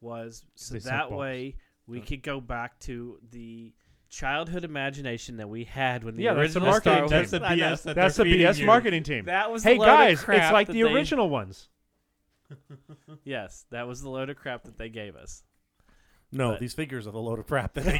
Speaker 1: was so
Speaker 7: They sell
Speaker 1: that
Speaker 7: box.
Speaker 1: way we could go back to the childhood imagination that we had when the
Speaker 6: Yeah, that's the
Speaker 1: original
Speaker 6: marketing
Speaker 1: Star Wars.
Speaker 6: team.
Speaker 1: I know.
Speaker 7: that
Speaker 6: That's the
Speaker 7: they're feeding
Speaker 6: BS
Speaker 7: you.
Speaker 6: marketing team.
Speaker 1: That was
Speaker 6: hey
Speaker 1: the load of
Speaker 6: guys, it's
Speaker 1: crap
Speaker 6: like
Speaker 1: that
Speaker 6: the
Speaker 1: they-
Speaker 6: original ones.
Speaker 1: Yes, that was the load of crap that they gave us.
Speaker 5: No,
Speaker 1: But-
Speaker 5: these figures are the load of crap that they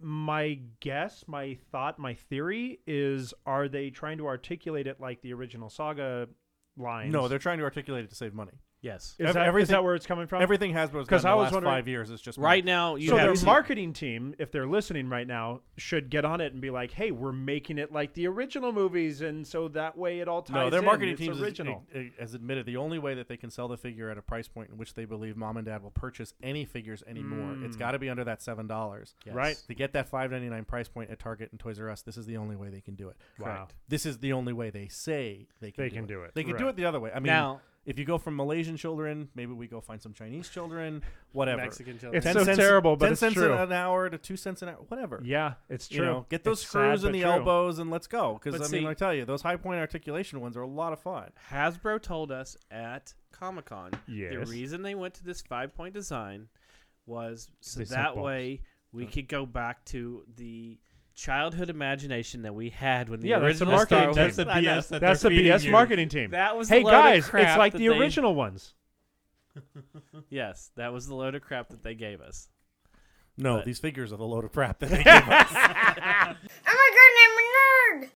Speaker 6: My guess, my thought, my theory is: Are they trying to articulate it like the original saga lines?
Speaker 5: No, they're trying to articulate it to save money.
Speaker 1: Yes.
Speaker 6: Is
Speaker 5: ev-
Speaker 6: that, is
Speaker 5: everything-
Speaker 6: that where it's coming from?
Speaker 5: Everything Hasbro's done
Speaker 6: Oh. 'Cause
Speaker 5: in the
Speaker 6: I was
Speaker 5: last
Speaker 6: wondering-
Speaker 5: five years is just money.
Speaker 1: Right now you
Speaker 6: so
Speaker 1: have
Speaker 6: their
Speaker 1: to-
Speaker 6: marketing team, if they're listening right now, should get on it and be like, "Hey, we're making it like the original movies, and so that way it all ties
Speaker 5: No, their
Speaker 6: in.
Speaker 5: marketing
Speaker 6: It's
Speaker 5: team
Speaker 6: original."
Speaker 5: has admitted the only way that they can sell the figure at a price point in which they believe mom and dad will purchase any figures anymore.
Speaker 6: Mm.
Speaker 5: It's got to be under that seven dollars,
Speaker 6: Right.
Speaker 5: To get that five ninety nine price point at Target and Toys R Us, this is the only way they can do it.
Speaker 6: Wow. Correct.
Speaker 5: This is the only way they say they can.
Speaker 6: They
Speaker 5: do
Speaker 6: can
Speaker 5: it.
Speaker 6: do it,
Speaker 5: They can do
Speaker 6: right.
Speaker 5: it the other way. I mean,
Speaker 1: Now-
Speaker 5: If you go from Malaysian children, maybe we go find some Chinese children, whatever.
Speaker 1: Mexican children.
Speaker 6: It's so terrible, but
Speaker 5: ten
Speaker 6: it's
Speaker 5: cents
Speaker 6: true.
Speaker 5: an hour to two cents an hour, whatever.
Speaker 6: yeah, it's
Speaker 5: You
Speaker 6: true.
Speaker 5: know, get those
Speaker 6: It's sad,
Speaker 5: screws in
Speaker 6: but
Speaker 5: the
Speaker 6: true.
Speaker 5: elbows and let's go. Because
Speaker 1: But
Speaker 5: I mean,
Speaker 1: see-
Speaker 5: I tell you, those high point articulation ones are a lot of fun.
Speaker 1: Hasbro told us at Comic Con the
Speaker 6: Yes.
Speaker 1: reason they went to this five point design was so
Speaker 7: They sent
Speaker 1: that
Speaker 7: balls.
Speaker 1: way
Speaker 6: Oh.
Speaker 1: we could go back to the childhood imagination that we had when the
Speaker 6: Yeah, that's the
Speaker 1: original Star
Speaker 6: marketing
Speaker 1: Wars.
Speaker 6: team.
Speaker 7: That's the
Speaker 1: I know.
Speaker 7: BS. That
Speaker 6: That's the
Speaker 7: they're feeding
Speaker 6: BS
Speaker 7: you.
Speaker 6: marketing team.
Speaker 1: That was
Speaker 6: hey
Speaker 1: the load of
Speaker 6: guys, it's
Speaker 1: crap
Speaker 6: like
Speaker 1: that
Speaker 6: the
Speaker 1: they-
Speaker 6: original ones.
Speaker 1: Yes, that was the load of crap that they gave us.
Speaker 5: No,
Speaker 1: But-
Speaker 5: these figures are the load of crap that